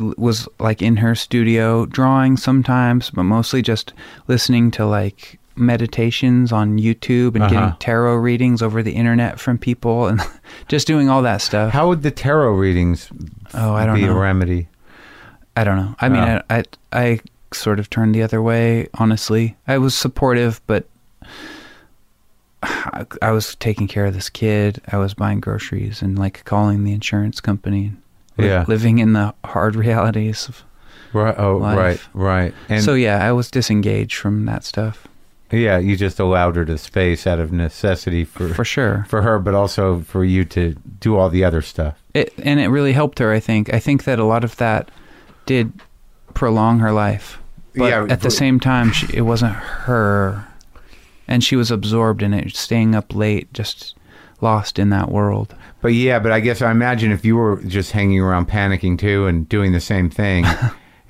l- was like in her studio drawing sometimes, but mostly just listening to like meditations on YouTube and
Uh-huh.
getting tarot readings over the internet from people and just doing all that stuff.
How would the tarot readings
Oh, I don't
be
know.
a remedy?
I don't know. I mean,
Oh.
I, I I sort of turned the other way. Honestly, I was supportive, but I, I was taking care of this kid. I was buying groceries and like calling the insurance company. li-
Yeah.
living in the hard realities. Of,
Right. Oh,
Life.
right, right. And
so yeah, I was disengaged from that stuff
yeah, you just allowed her to space out of necessity for
for
for,
sure.
her, but also for you to do all the other stuff.
It and it really helped her. I think. I think that a lot of that did prolong her life. But
Yeah,
at
for-
the same time, she, it wasn't her, and she was absorbed in it, staying up late, just lost in that world.
But yeah, but I guess I imagine if you were just hanging around panicking too and doing the same thing,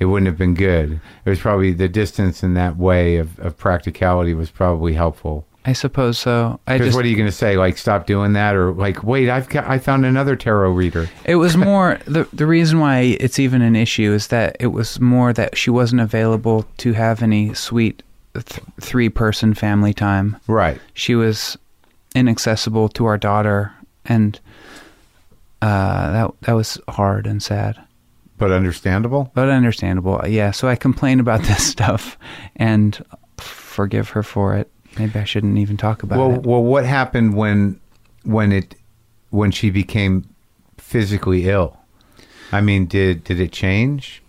it wouldn't have been good. It was probably the distance in that way of, of practicality was probably helpful.
I suppose so. I
Because
just
what are you going to say? Like, stop doing that, or like, wait, I've got, I found another tarot reader.
it was more the the reason why it's even an issue is that it was more that she wasn't available to have any sweet th- three person family time.
Right.
she was inaccessible to our daughter and uh, that that was hard and sad,
But understandable.
but understandable. Yeah, so I complain about this stuff and forgive her for it. Maybe I shouldn't even talk about
well,
it.
well, what happened when when it when she became physically ill? I mean, did did it change?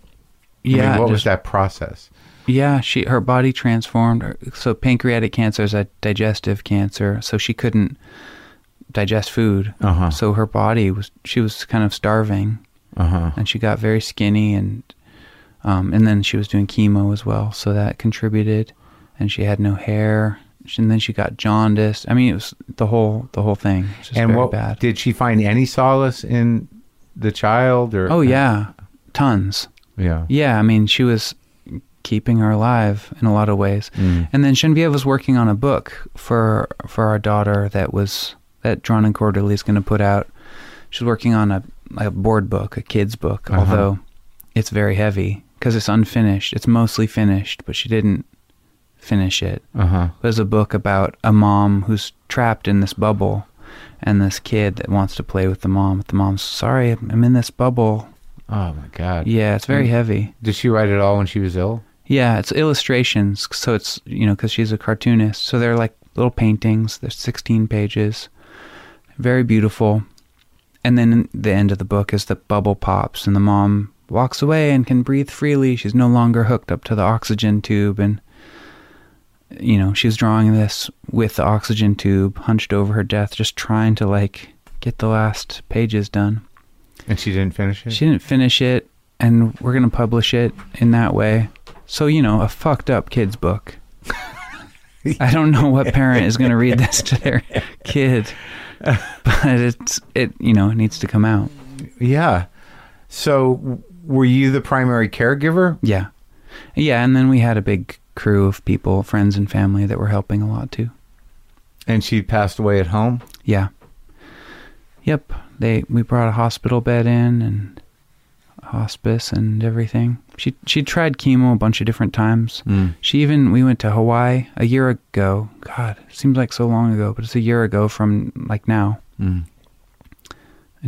I mean,
Yeah,
what was
just-
that process?
Yeah, she her body transformed. Her- So pancreatic cancer is a digestive cancer, so she couldn't digest food.
Uh-huh.
So her body was she was kind of starving.
Uh huh.
and she got very skinny and um, and then she was doing chemo as well, so that contributed. And she had no hair, She- and then she got jaundiced. I mean, it was the whole the whole thing. It was just
And
very
what
bad.
did she find any solace in the child? Or
oh yeah, tons.
yeah,
Yeah, I mean, she was keeping her alive in a lot of ways.
Mm.
And then Genevieve was working on a book for for our daughter that was that Drawn and Quarterly is going to put out. She's working on a a board book, a kids book,
Uh-huh.
although it's very heavy because it's unfinished. It's mostly finished, but she didn't finish it.
Uh huh.
It was a book about a mom who's trapped in this bubble and this kid that wants to play with the mom. But the mom's sorry, I'm in this bubble.
Oh my God.
Yeah, it's
Mm.
very heavy.
Did she write it all when she was ill?
Yeah, it's illustrations. So it's, you know, because she's a cartoonist. So they're like little paintings. There's 16 pages. Very beautiful. And then the end of the book is the bubble pops and the mom walks away and can breathe freely. She's no longer hooked up to the oxygen tube. And, you know, she's drawing this with the oxygen tube hunched over her death, just trying to like get the last pages done.
And she didn't finish it.
She didn't finish it, and we're gonna publish it in that way. So you know, a fucked up kid's book. I don't know what parent is gonna read this to their kid, but it's it you know it needs to come out.
yeah. So w- were you the primary caregiver?
Yeah, yeah, and then we had a big crew of people, friends and family that were helping a lot too.
And she passed away at home.
Yeah. Yep. They we brought a hospital bed in and hospice and everything. She she tried chemo a bunch of different times.
Mm.
She even we went to Hawaii a year ago. God, it seems like so long ago, but it's a year ago from like now. and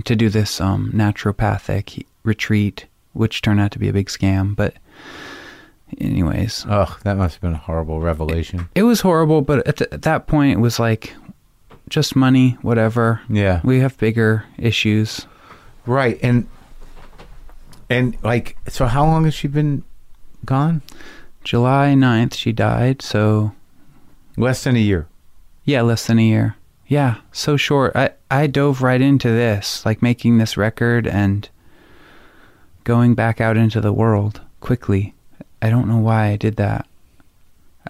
to do this um, naturopathic he- retreat, which turned out to be a big scam. But, anyways,
Ugh, that must have been a horrible revelation.
it was horrible. But at, th- at that point, it was like just money, whatever.
Yeah.
we have bigger issues.
Right. And and like so how long has she been gone?
July 9th, she died. So,
Less than a year.
yeah, less than a year. Yeah, so short. I, I dove right into this, like making this record and going back out into the world quickly. I don't know why I did that.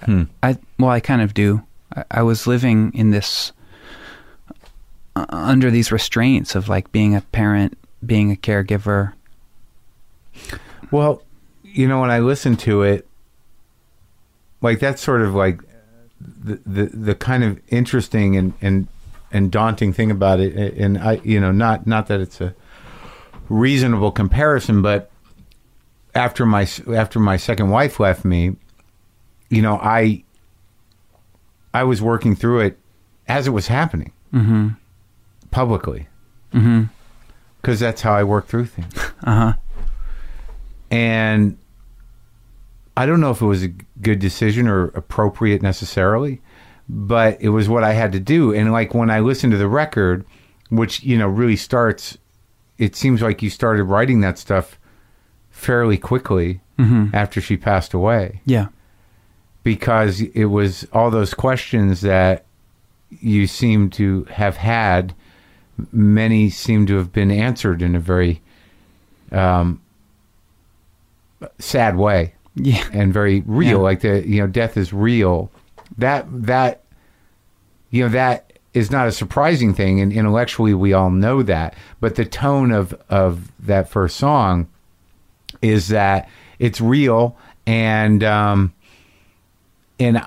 Hmm.
I well, I kind of do. I, I was living in this uh, under these restraints of like being a parent, being a caregiver.
Well, you know, when I listen to it, like that's sort of like the the, the kind of interesting and, and and daunting thing about it, a- and I, you know, not not that it's a reasonable comparison, but after my s- after my second wife left me, you know, I I was working through it as it was happening
Mhm.
publicly
Mhm.
because that's how I work through things.
Uh-huh.
and I don't know if it was a good decision or appropriate necessarily, but it was what I had to do. And like when I listened to the record, which you know really starts, it seems like you started writing that stuff fairly quickly
Mhm.
after she passed away
Yeah.
because it was all those questions that you seem to have had. Many seem to have been answered in a very um, sad way
Yeah.
and very real.
Yeah.
Like the you know, death is real. That that you know that is not a surprising thing, and intellectually we all know that. But the tone of of that first song is that it's real, and um, and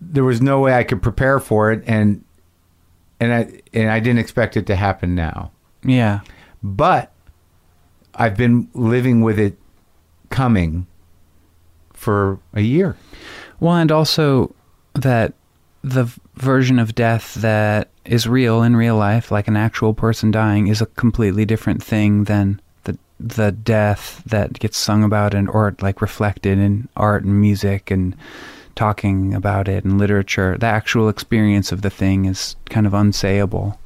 there was no way I could prepare for it, and and I and I didn't expect it to happen now
Yeah.
but I've been living with it coming for a year.
Well, and also that the v- version of death that is real in real life, like an actual person dying, is a completely different thing than the the death that gets sung about and or like reflected in art and music and talking about it and literature. The actual experience of the thing is kind of unsayable.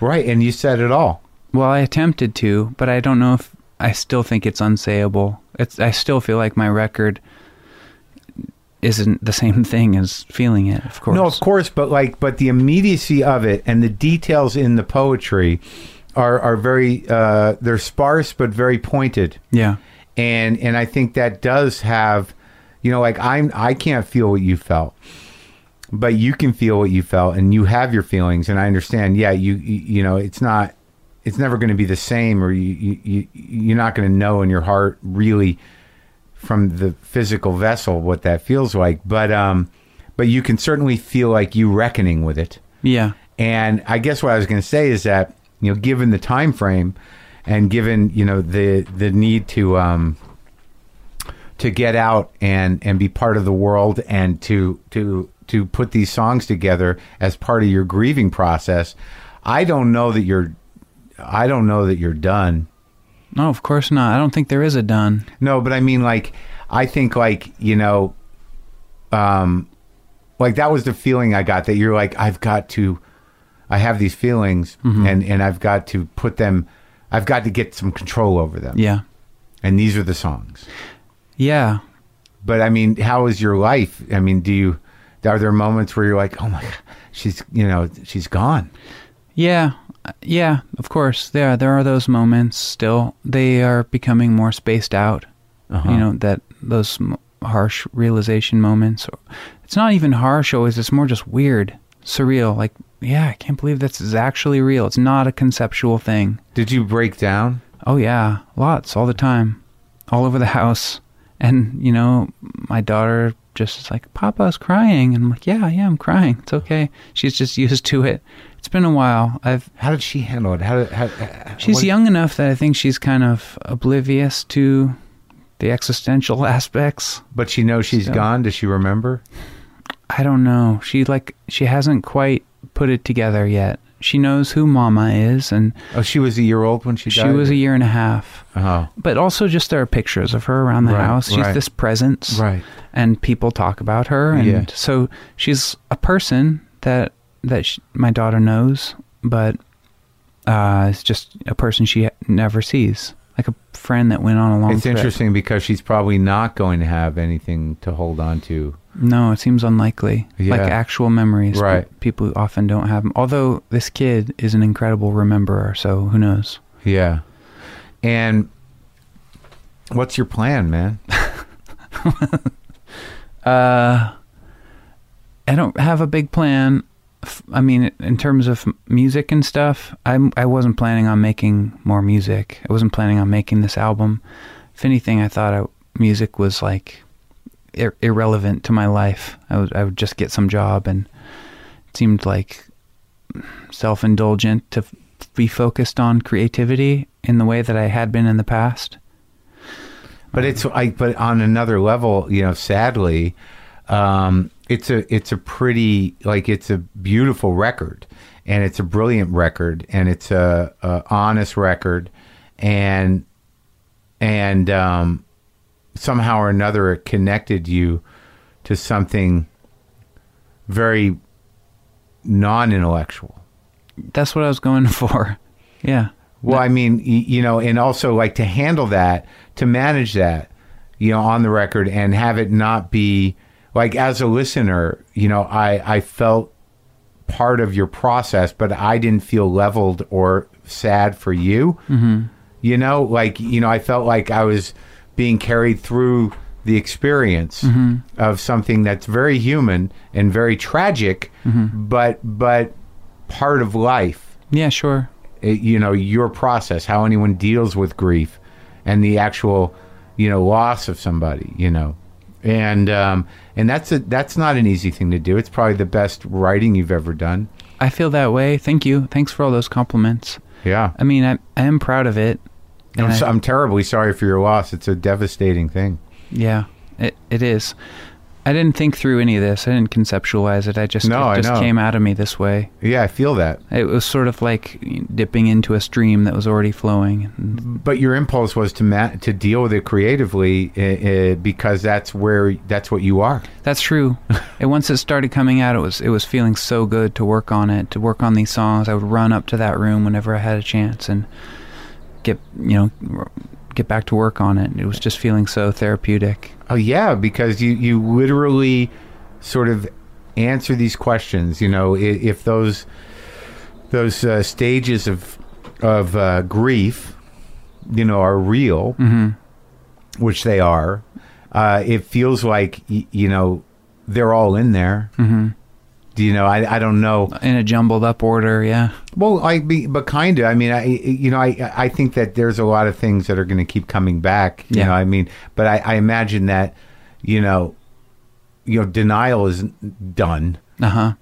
Right, and you said it all.
Well, I attempted to, but I don't know if I still think it's unsayable. It's I still feel like my record isn't the same thing as feeling it, of course.
No, of course, but like but the immediacy of it and the details in the poetry are are very uh they're sparse but very pointed.
Yeah.
and and I think that does have, you know, like I'm I can't feel what you felt, but you can feel what you felt, and you have your feelings, and I understand. Yeah, you you, you know, it's not, it's never going to be the same, or you you- you you're not going to know in your heart really from the physical vessel what that feels like, but um, but you can certainly feel like you reckoning with it.
Yeah.
And I guess what I was going to say is that you know, given the time frame, and given you know the the need to um, to get out and and be part of the world and to to to put these songs together as part of your grieving process, I don't know that you're I don't know that you're done.
No, of course not. I don't think there is a done.
No, but I mean, like, I think, like, you know, um, like that was the feeling I got that you're like, I've got to, I have these feelings,
Mm-hmm.
and and I've got to put them, I've got to get some control over them.
Yeah.
And these are the songs.
Yeah.
But I mean, how is your life? I mean, do you, are there moments where you're like, oh my, God, she's, you know, she's gone.
Yeah. Uh, Yeah, of course. There there are those moments still. They are becoming more spaced out. You know, that those m- harsh realization moments. It's not even harsh always. It's more just weird, surreal. Like, yeah, I can't believe this is actually real. It's not a conceptual thing.
Did you break down?
Oh yeah, lots all the time, all over the house. And you know, my daughter just is like, "Papa's crying," and I'm like, "Yeah, yeah, I'm crying. It's okay." She's just used to it. It's been a while. I've
How did she handle it? How did, how,
she's
what-
young enough that I think she's kind of oblivious to the existential aspects.
but she knows she's
Still.
gone. Does she remember?
I don't know. She like she hasn't quite put it together yet. She knows who Mama is, and
Oh, she was a year old when she
she
died.
was a year and a half.
Oh,
But also, just there are pictures of her around the
Right,
house. She's
right.
this presence,
right.
and people talk about her, and
Yeah.
so she's a person that that sh my daughter knows, but uh, it's just a person she never sees, like a friend that went on a long.
It's
trip.
interesting because she's probably not going to have anything to hold on to.
No, it seems unlikely.
Yeah.
Like actual memories, pe-
Right.
People often don't have 'em. Although this kid is an incredible rememberer, so who knows?
Yeah. And what's your plan, man?
Uh, I don't have a big plan. F- I mean, in terms of m- music and stuff, I I wasn't planning on making more music. I wasn't planning on making this album. If anything, I thought I, music was like ir- irrelevant to my life. I would I would just get some job, and it seemed like self indulgent to f- be focused on creativity in the way that I had been in the past.
But it's I but on another level, you know, sadly, um, it's a it's a pretty like it's a beautiful record and it's a brilliant record and it's a, a honest record and and um, somehow or another it connected you to something very non-intellectual
That's what I was going for. Yeah.
Well, I mean, y- you know, and also like to handle that, to manage that, you know, on the record and have it not be like as a listener, you know, I I felt part of your process, but I didn't feel leveled or sad for you. Mm-hmm. You know, like you know, I felt like I was being carried through the experience of something that's very human and very tragic, but but part of life
Yeah, sure.
it- you know your process how anyone deals with grief and the actual you know loss of somebody you know and um and that's a that's not an easy thing to do it's probably the best writing you've ever done
I feel that way. Thank you. Thanks for all those compliments.
yeah
I mean, I, I am proud of it. And
I'm, so,
I-
I'm terribly sorry for your loss it's a devastating thing
yeah, it, it is. I didn't think through any of this. I didn't conceptualize it. I just
No,
it
I
just
know.
came out of me this way.
yeah i feel that
It was sort of like dipping into a stream that was already flowing. And
but your impulse was to ma- to deal with it creatively uh, uh, because that's where that's what you are
That's true. and once it started coming out, it was it was feeling so good to work on it, to work on these songs. I would run up to that room whenever I had a chance and get you know get back to work on it. It was just feeling so therapeutic.
Oh yeah, because you you literally sort of answer these questions. You know, i- if those those uh, stages of of uh, grief, you know, are real,
hmm
which they are, uh, it feels like y- you know they're all in there.
hmm
Do you know? I I don't know.
in a jumbled up order. Yeah,
Well, I be, but kind of. I mean, I you know, I I think that there's a lot of things that are going to keep coming back. You
Yeah.
know, I mean, but I, I imagine that, you know, you know, denial is done.
uh huh.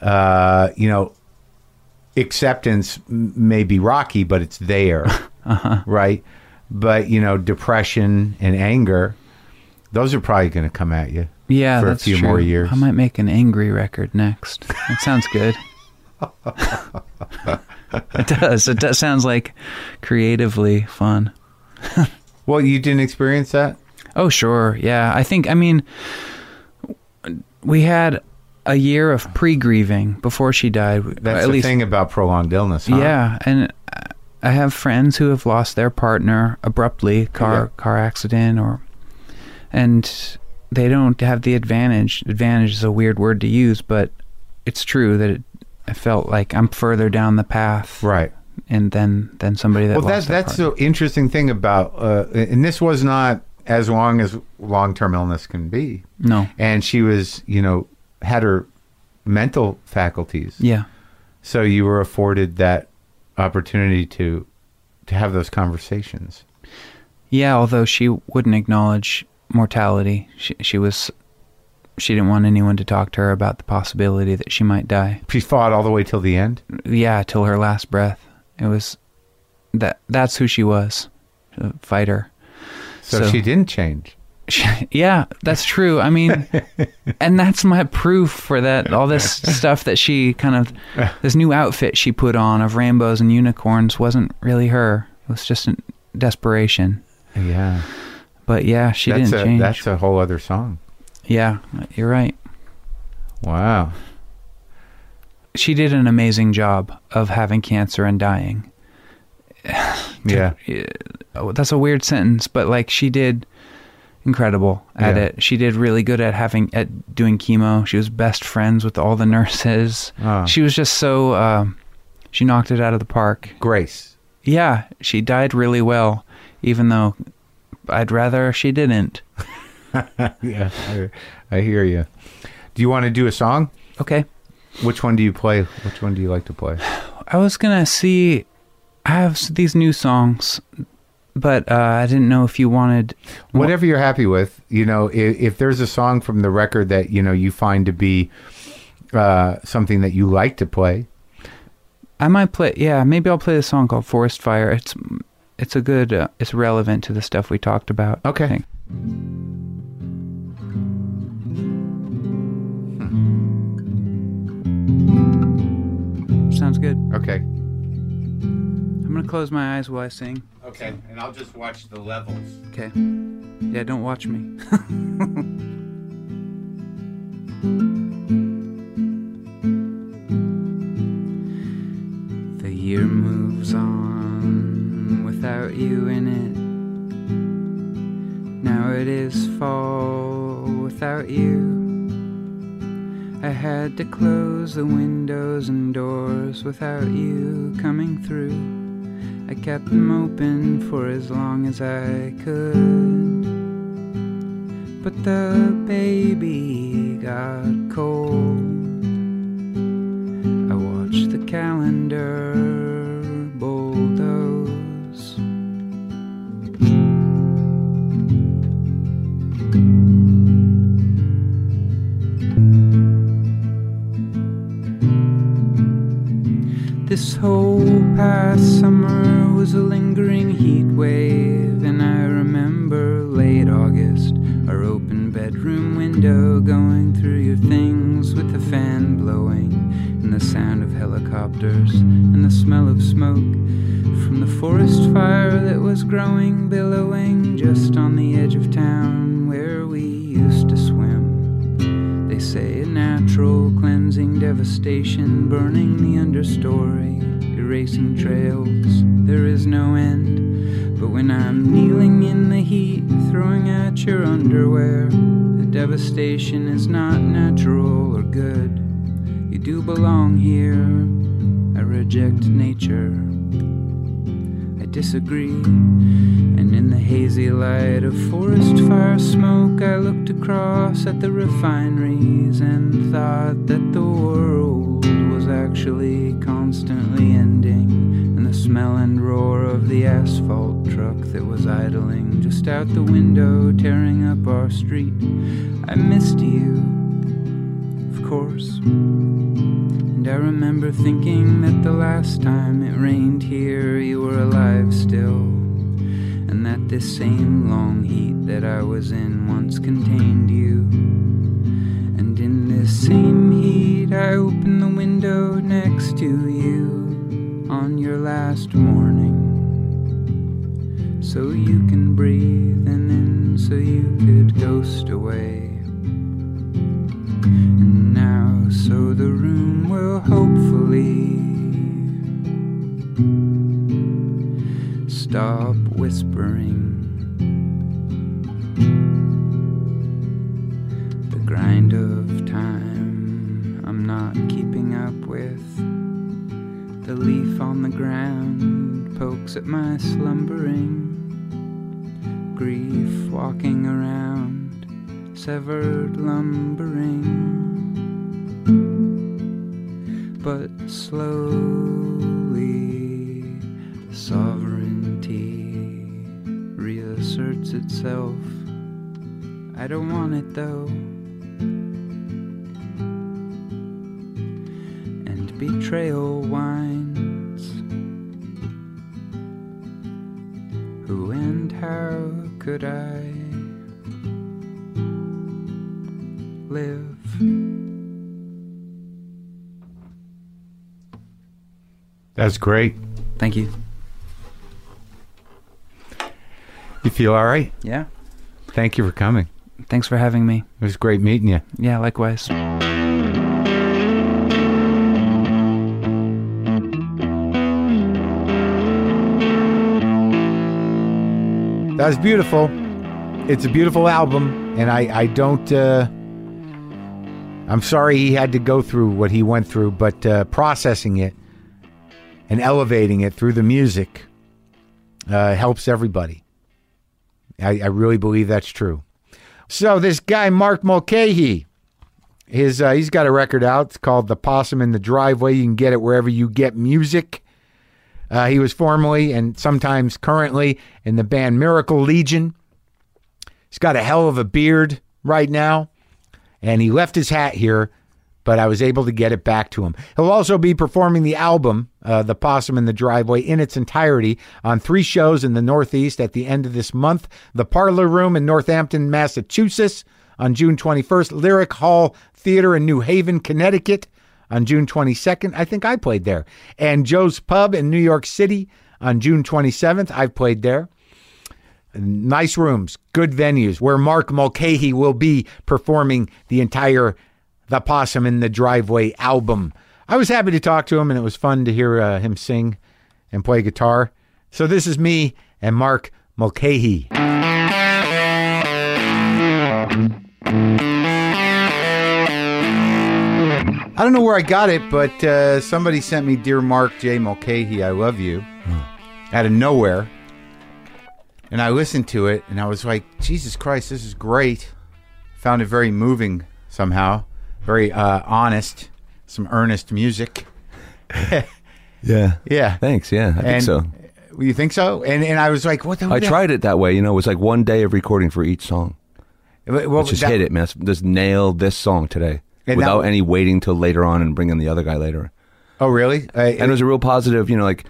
Uh, you know, acceptance m- may be rocky, but it's there,
Uh-huh.
right? But you know, depression and anger, those are probably going to come at you.
Yeah,
For a
that's
few
true.
more years.
I might make an angry record next. That sounds good. it does. It does, sounds like creatively fun.
Well, you didn't experience that.
Oh sure, yeah. I think I mean we had a year of pre grieving before she died.
That's
at
the
least
thing about prolonged illness. Huh?
Yeah, and I- I have friends who have lost their partner abruptly, car
Yeah.
car accident, or and they don't have the advantage. Advantage is a weird word to use, but it's true that it, I felt like I'm further down the path,
Right.
and then than somebody that
well that,
lost their
that's
partner.
the interesting thing about uh, and this was not as long as long-term illness can be
no,
and she was you know had her mental faculties
yeah,
so you were afforded that opportunity to to have those conversations
yeah. Although she wouldn't acknowledge mortality, she she was she didn't want anyone to talk to her about the possibility that she might die.
she fought all the way till the end
yeah, till her last breath. It was that that's who she was, a fighter.
so,
So-
she didn't change
yeah, that's true. I mean, and that's my proof for that. All this stuff that she kind of, this new outfit she put on of rainbows and unicorns wasn't really her. It was just an desperation.
Yeah,
But yeah, she
that's
didn't
a
change.
that's a whole other song.
yeah, you're right.
Wow.
She did an amazing job of having cancer and dying.
Yeah.
Eh, oh, That's a weird sentence, but like she did incredible at
Yeah.
it. She did really good at having at doing chemo. She was best friends with all the nurses.
Ah.
She was just so um she knocked it out of the park.
Grace.
Yeah, she died really well, even though I'd rather she didn't.
Yeah, I, I hear you. Do you want to do a song?
Okay.
Which one do you play? Which one do you like to play?
I was gonna see. I have s- these new songs, but uh, I didn't know if you wanted.
Whatever you're happy with. You know, if, if there's a song from the record that you know you find to be uh, something that you like to play,
I might play. Yeah, maybe I'll play the song called "Forest Fire." It's it's a good. Uh, it's relevant to the stuff we talked about. Oh, I
Okay.
think. Sounds good.
okay.
I'm gonna close my eyes while I sing.
Okay, and I'll just watch the levels.
Okay. Yeah, don't watch me. the year moves on without you in it. Now it is fall without you. I had to close the windows and doors without you coming through. I kept them open for as long as I could. But the baby got cold. I watched the calendar bulldoze. This whole past summer was a lingering heat wave, and I remember late August, our open bedroom window going through your things with the fan blowing, and the sound of helicopters, and the smell of smoke from the forest fire that was growing, billowing just on the edge of town where we used to swim. They say a natural cleansing devastation, burning the understory, erasing trails. There is no end. But when I'm kneeling in the heat, throwing at your underwear, the devastation is not natural or good. You do belong here. I reject nature. I disagree. And in the hazy light of forest fire smoke, I looked across at the refineries and thought that the world was actually constantly ending. And the smell and roar of the asphalt truck that was idling just out the window, tearing up our street. I missed you, of course. And I remember thinking that the last time it rained here, you were alive still and that this same long heat that I was in once contained you. And in this same heat, I opened the window next to you on your last morning, so you can breathe, and then so you could ghost away. And now, so the room will hopefully stop whispering. The grind of time I'm not keeping up with. The leaf on the ground pokes at my slumbering. Grief walking around, severed lumbering. But slowly Sovereignty reasserts itself. I don't want it though. And betrayal winds. Who and how could I
That's great.
Thank you.
You feel all right?
Yeah.
Thank you for coming.
Thanks for having me.
It was great meeting you.
Yeah, likewise.
That was beautiful. It's a beautiful album, and I, I don't. Uh, I'm sorry he had to go through what he went through, but uh, processing it and elevating it through the music uh, helps everybody. I, I really believe that's true. So this guy Mark Mulcahy, his uh, he's got a record out. It's called "The Possum in the Driveway." You can get it wherever you get music. Uh, he was formerly and sometimes currently in the band Miracle Legion. He's got a hell of a beard right now, and he left his hat here, but I was able to get it back to him. He'll also be performing the album, uh, The Possum in the Driveway, in its entirety on three shows in the Northeast at the end of this month The Parlor Room in Northampton, Massachusetts on June 21st, Lyric Hall Theater in New Haven, Connecticut on June 22nd. I think I played there. And Joe's Pub in New York City on June 27th. I've played there. Nice rooms, good venues where Mark Mulcahy will be performing the entire The Possum in the Driveway album. I was happy to talk to him and it was fun to hear uh, him sing and play guitar. So this is me and Mark Mulcahy. I don't know where I got it, but uh, somebody sent me Dear Mark J. Mulcahy, I love you, out of nowhere. And I listened to it and I was like, Jesus Christ, this is great. Found it very moving somehow, very uh, honest, some earnest music.
Yeah.
Yeah.
Thanks. Yeah, I think
and
so.
You think so? And and I was like, what the
I tried it that way. You know, it was like one day of recording for each song.
Well,
Just
that-
hit it, man. Just nail this song
And
today
that-
without any waiting till later on and bringing the other guy later.
Oh, really? I,
and it was a real positive. You know, like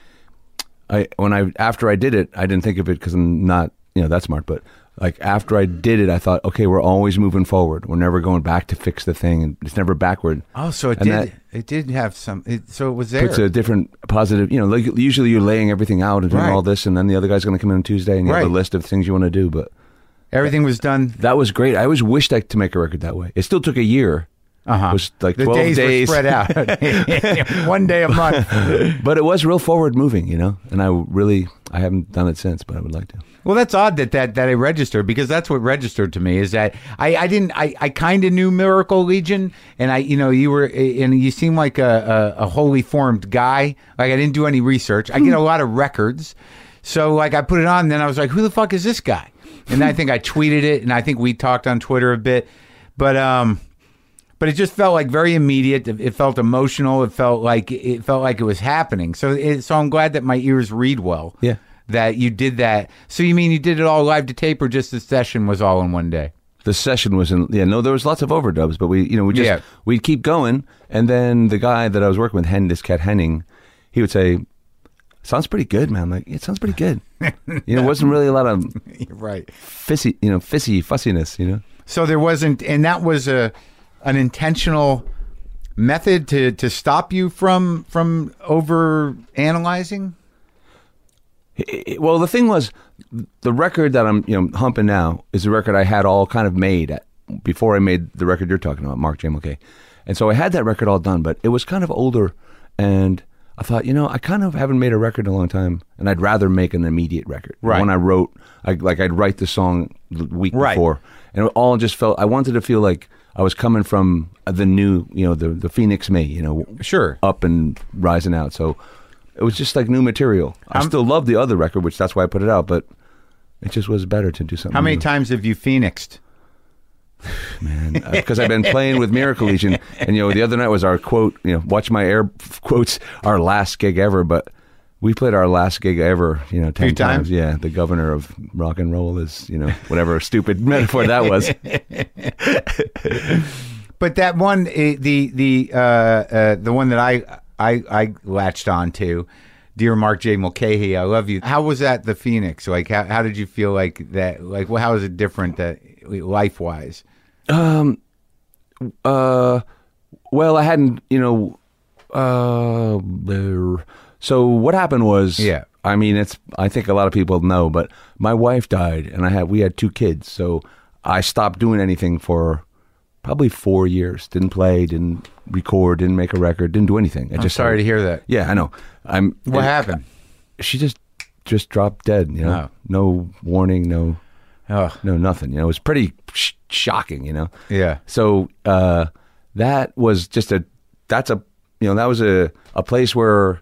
I when I after I did it, I didn't think of it because I'm not you know that smart, but like after I did it, I thought, okay, we're always moving forward. We're never going back to fix the thing, and it's never backward.
oh, so it
and
did.
that-
it did have some. It, so it was there.
It's a different positive. You know, like usually you're laying everything out and doing
Right.
all this, and then the other guy's going to come in on Tuesday and you have
Right.
a list of things you want to do. But
Everything was done.
that was great. I always wished I could make a record that way. It still took a year.
Uh-huh.
It was like
The
12
days,
days.
were spread out. One day a month.
But it was real forward moving, you know? And I really, I haven't done it since, but I would like to.
Well, that's odd that that that I registered because that's what registered to me is that I I didn't I I kind of knew Miracle Legion and I you know you were and you seem like a, a a wholly formed guy like I didn't do any research I get a lot of records so like I put it on and then I was like who the fuck is this guy and I think I tweeted it and I think we talked on Twitter a bit but um but it just felt like very immediate. It it felt emotional. It felt like it felt like it was happening. So, it, so I'm glad that my ears read well.
Yeah.
that you did that. So you mean you did it all live to tape, or just the session was all in one day?
the session was in yeah no there was lots of overdubs but we you know we just
Yeah.
we'd keep going and then the guy that i was working with hen this cat henning he would say sounds pretty good man I'm like it sounds pretty good you know it wasn't really a lot of
Right.
fissy you know fissy fussiness you know
So there wasn't, and that was a an intentional method to to stop you from from over analyzing.
It- it- well the thing was the record that i'm you know humping now is the record i had all kind of made at, before i made the record you're talking about mark j McKay. and so i had that record all done but it was kind of older and i thought you know i kind of haven't made a record in a long time and i'd rather make an immediate record
Right.
when i wrote I, like i'd write the song the week
Right.
before and it all just felt i wanted to feel like i was coming from the new you know the, the phoenix me you know
Sure.
up and rising out. So it was just like new material. i still love the other record, which that's why I put it out, but it just was better to do something.
How many times have you phoenixed?
times? Because Uh, I've been playing with Miracle Legion, and you know, the other night was our quote. You know, watch my air quotes. Our last gig ever, but we played our last gig ever. You know, ten
Few times?
times. Yeah, the governor of rock and roll is you know whatever stupid metaphor that was.
But that one, eh, the the uh, uh, the one that I I I latched on to, dear Mark J Mulcahy, I love you. How was that the Phoenix? Like, how, how did you feel like that? Like, well, how is it different that life wise?
Uh, well, I hadn't, you know, uh, there- So what happened was,
Yeah.
I mean, it's I think a lot of people know, but my wife died, and I had we had two kids, so I stopped doing anything for probably four years. Didn't play, didn't record, didn't make a record, didn't do anything. I
I'm
just
sorry to hear that.
Yeah, I know. I'm.
What
and
happened?
She just just dropped dead. You know, no warning, no
Oh,
no nothing. You know, it was pretty sh- shocking. You know.
yeah.
So uh, that was just a that's a you know that was a a place where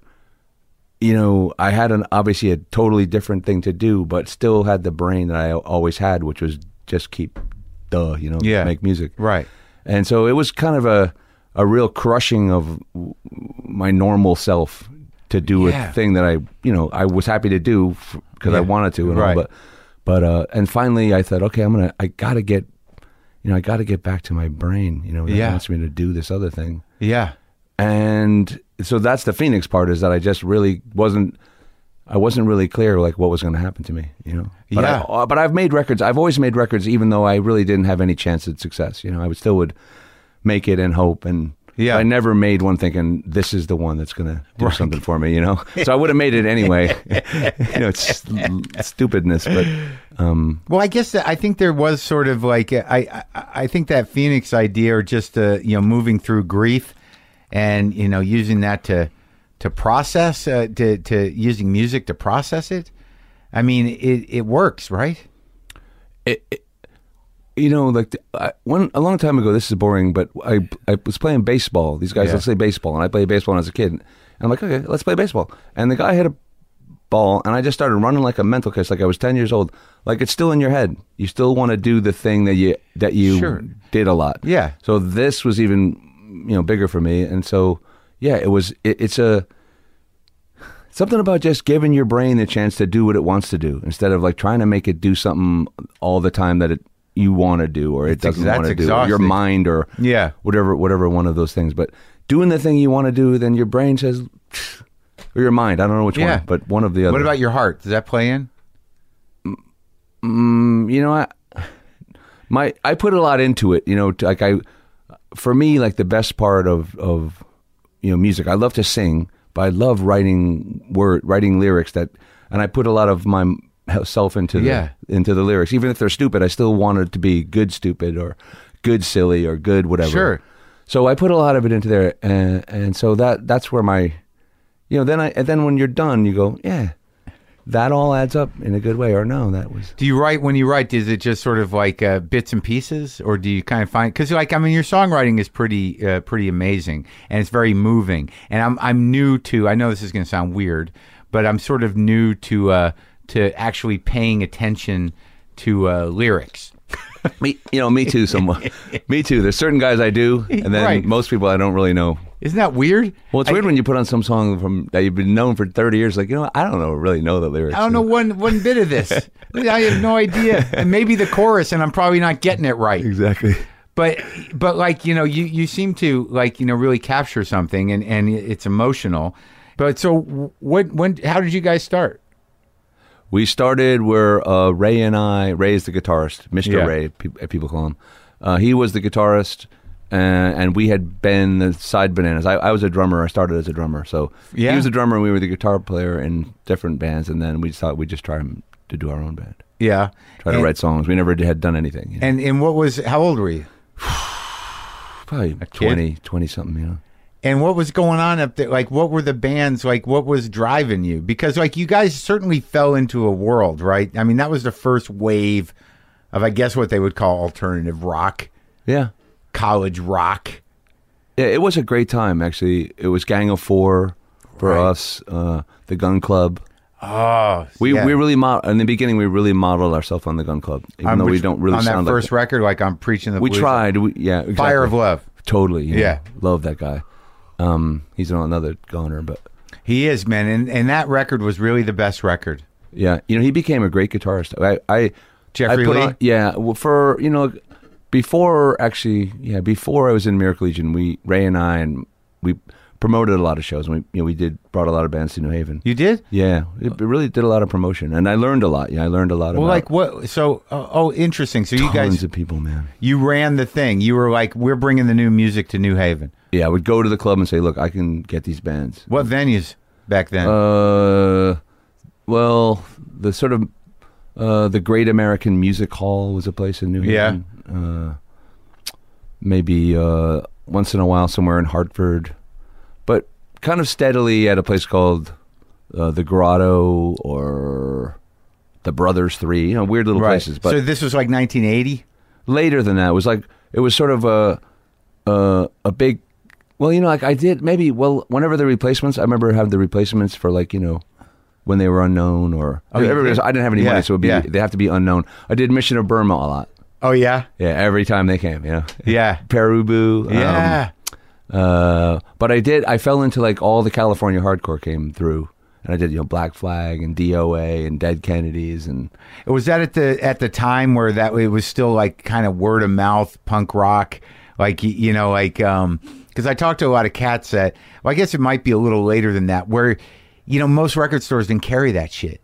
you know I had an obviously a totally different thing to do, but still had the brain that I always had, which was just keep duh, you know,
Yeah.
make music,
Right.
And so it was kind of a a real crushing of w- my normal self to do
Yeah.
a thing that I you know I was happy to do because I
Yeah.
wanted to and all,
Right.
but but uh, and finally I thought okay I'm gonna I gotta get you know, I got to get back to my brain, you know, that
Yeah.
wants me to do this other thing.
Yeah.
And so that's the Phoenix part is that I just really wasn't, I wasn't really clear like what was going to happen to me, you know? But
Yeah.
I, uh, but I've made records. I've always made records, even though I really didn't have any chance at success. You know, I would still would make it and hope and,
Yeah.
I never made one thinking this is the one that's gonna do something for me, you know. So I would have made it anyway. you know, it's stupidness, but
Well, I guess that I think there was sort of like uh, I, I I think that Phoenix idea, or just uh, you know moving through grief, and you know using that to to process uh, to to using music to process it. I mean, it it works, right?
you know, like the, I, one a long time ago. This is boring, but I I was playing baseball. These guys,
Yeah.
let's say baseball, and I played baseball when I was a kid. And I'm like, okay, let's play baseball. And the guy hit a ball, and I just started running like a mental case, like I was 10 years old. Like it's still in your head. You still want to do the thing that you that you
Sure.
did a lot.
Yeah.
So this was even you know bigger for me, and so yeah, it was. It, it's a something about just giving your brain the chance to do what it wants to do instead of like trying to make it do something all the time that it you want to do or it
That's-
doesn't
that's
want to do or your
exhausting.
mind or
Yeah.
whatever whatever one of those things but doing the thing you want to do then your brain says or your mind I don't know which
Yeah.
one but one of the other
What about your heart? Does that play in?
Mm, you know I my I put a lot into it you know to, like I for me like the best part of of you know music I love to sing but I love writing word writing lyrics that and I put a lot of my self into the,
Yeah.
into the lyrics even if they're stupid I still want it to be good stupid or good silly or good whatever
Sure.
so I put a lot of it into there and and so that that's where my you know then I and then when you're done you go yeah that all adds up in a good way or no that was
Do you write when you write? Is it just sort of like uh, bits and pieces, or do you kind of find because like I mean, your songwriting is pretty uh, pretty amazing and it's very moving. And I'm I'm new to I know this is going to sound weird, but I'm sort of new to uh, to actually paying attention to uh, lyrics.
Me, you know, me too. Someone, me too. There's certain guys I do, and then
Right.
most people I don't really know.
Isn't that weird?
Well, it's
I-
weird when you put on some song from that you've been known for 30 years. Like, you know, I don't know, really know the lyrics.
I don't know one one bit of this. I have no idea. And maybe the chorus, and I'm probably not getting it right.
exactly.
but but like you know you you seem to like you know really capture something and and it's emotional but so what when how did you guys start
We started where uh, Ray and I. Ray is the guitarist, Mr.
Yeah.
Ray. Pe- people call him. Uh, he was the guitarist, and, and we had been the side bananas. I, I was a drummer. I started as a drummer, so
Yeah.
he was a drummer, and we were the guitar player in different bands. And then we just thought we'd just try to do our own band,
yeah
try
and,
to write songs. We never d- had done anything. you know.
and and what was how old were you
probably
kid?
20, 20 something, you know.
and what was going on up there like what were the bands like what was driving you because like you guys certainly fell into a world right i mean that was the first wave of i guess what they would call alternative rock
Yeah.
college rock
Yeah, it was a great time actually. It was Gang of Four for
Right.
us, uh, the Gun Club.
oh
We
yeah.
we really mo- in the beginning we really modeled ourselves on the Gun Club, even
On
though we
which-
don't really
on
sound
that
like
first record like i'm preaching the
we
blues.
tried. We, yeah, exactly.
fire of love
Totally. you know.
Yeah.
love that guy. Um, he's another goner, but
He is, man, and and that record was really the best record.
Yeah, you know, he became a great guitarist. I, I
Jeffrey
I put
Lee?
on- yeah, well, for you know, before actually, yeah, before I was in Miracle Legion, we Ray and I and we promoted a lot of shows. And we you know we did brought a lot of bands to New Haven.
You did?
yeah, it, it really did a lot of promotion, and I learned a lot. Yeah, I learned a lot
Well,
about
like what? So, oh, oh interesting. So you
tons
guys,
of people, man.
you ran the thing. You were like, we're bringing the new music to New Haven.
Yeah, I would go to the club and say, "Look, I can get these bands."
What venues? back then?
Uh, well, the sort of uh, the Great American Music Hall was a place in New
Yeah.
Haven. Uh, maybe uh, once in a while somewhere in Hartford, but kind of steadily at a place called uh, the Grotto or the Brothers Three. You know, weird little places. But
so this was like 1980.
later than that. It was like it was sort of a a, a big. Well, you know, like I did maybe. Well, whenever the replacements, I remember having the replacements for like you know when they were unknown or
Oh, you
everybody
did?
was- I didn't have any
Yeah,
money, so it'd be,
yeah.
they have to be unknown. I did Mission of Burma a lot.
Oh yeah,
Yeah, every time they came, you know.
yeah,
Perubu. um,
yeah.
uh, but I did. I fell into like all the California hardcore came through, and I did you know Black Flag and DOA and Dead Kennedys and
was that at the at the time where that it was still like kind of word of mouth punk rock, like y- you know, like um, because I talked to a lot of cats that. Well, I guess it might be a little later than that, where you know most record stores didn't carry that shit.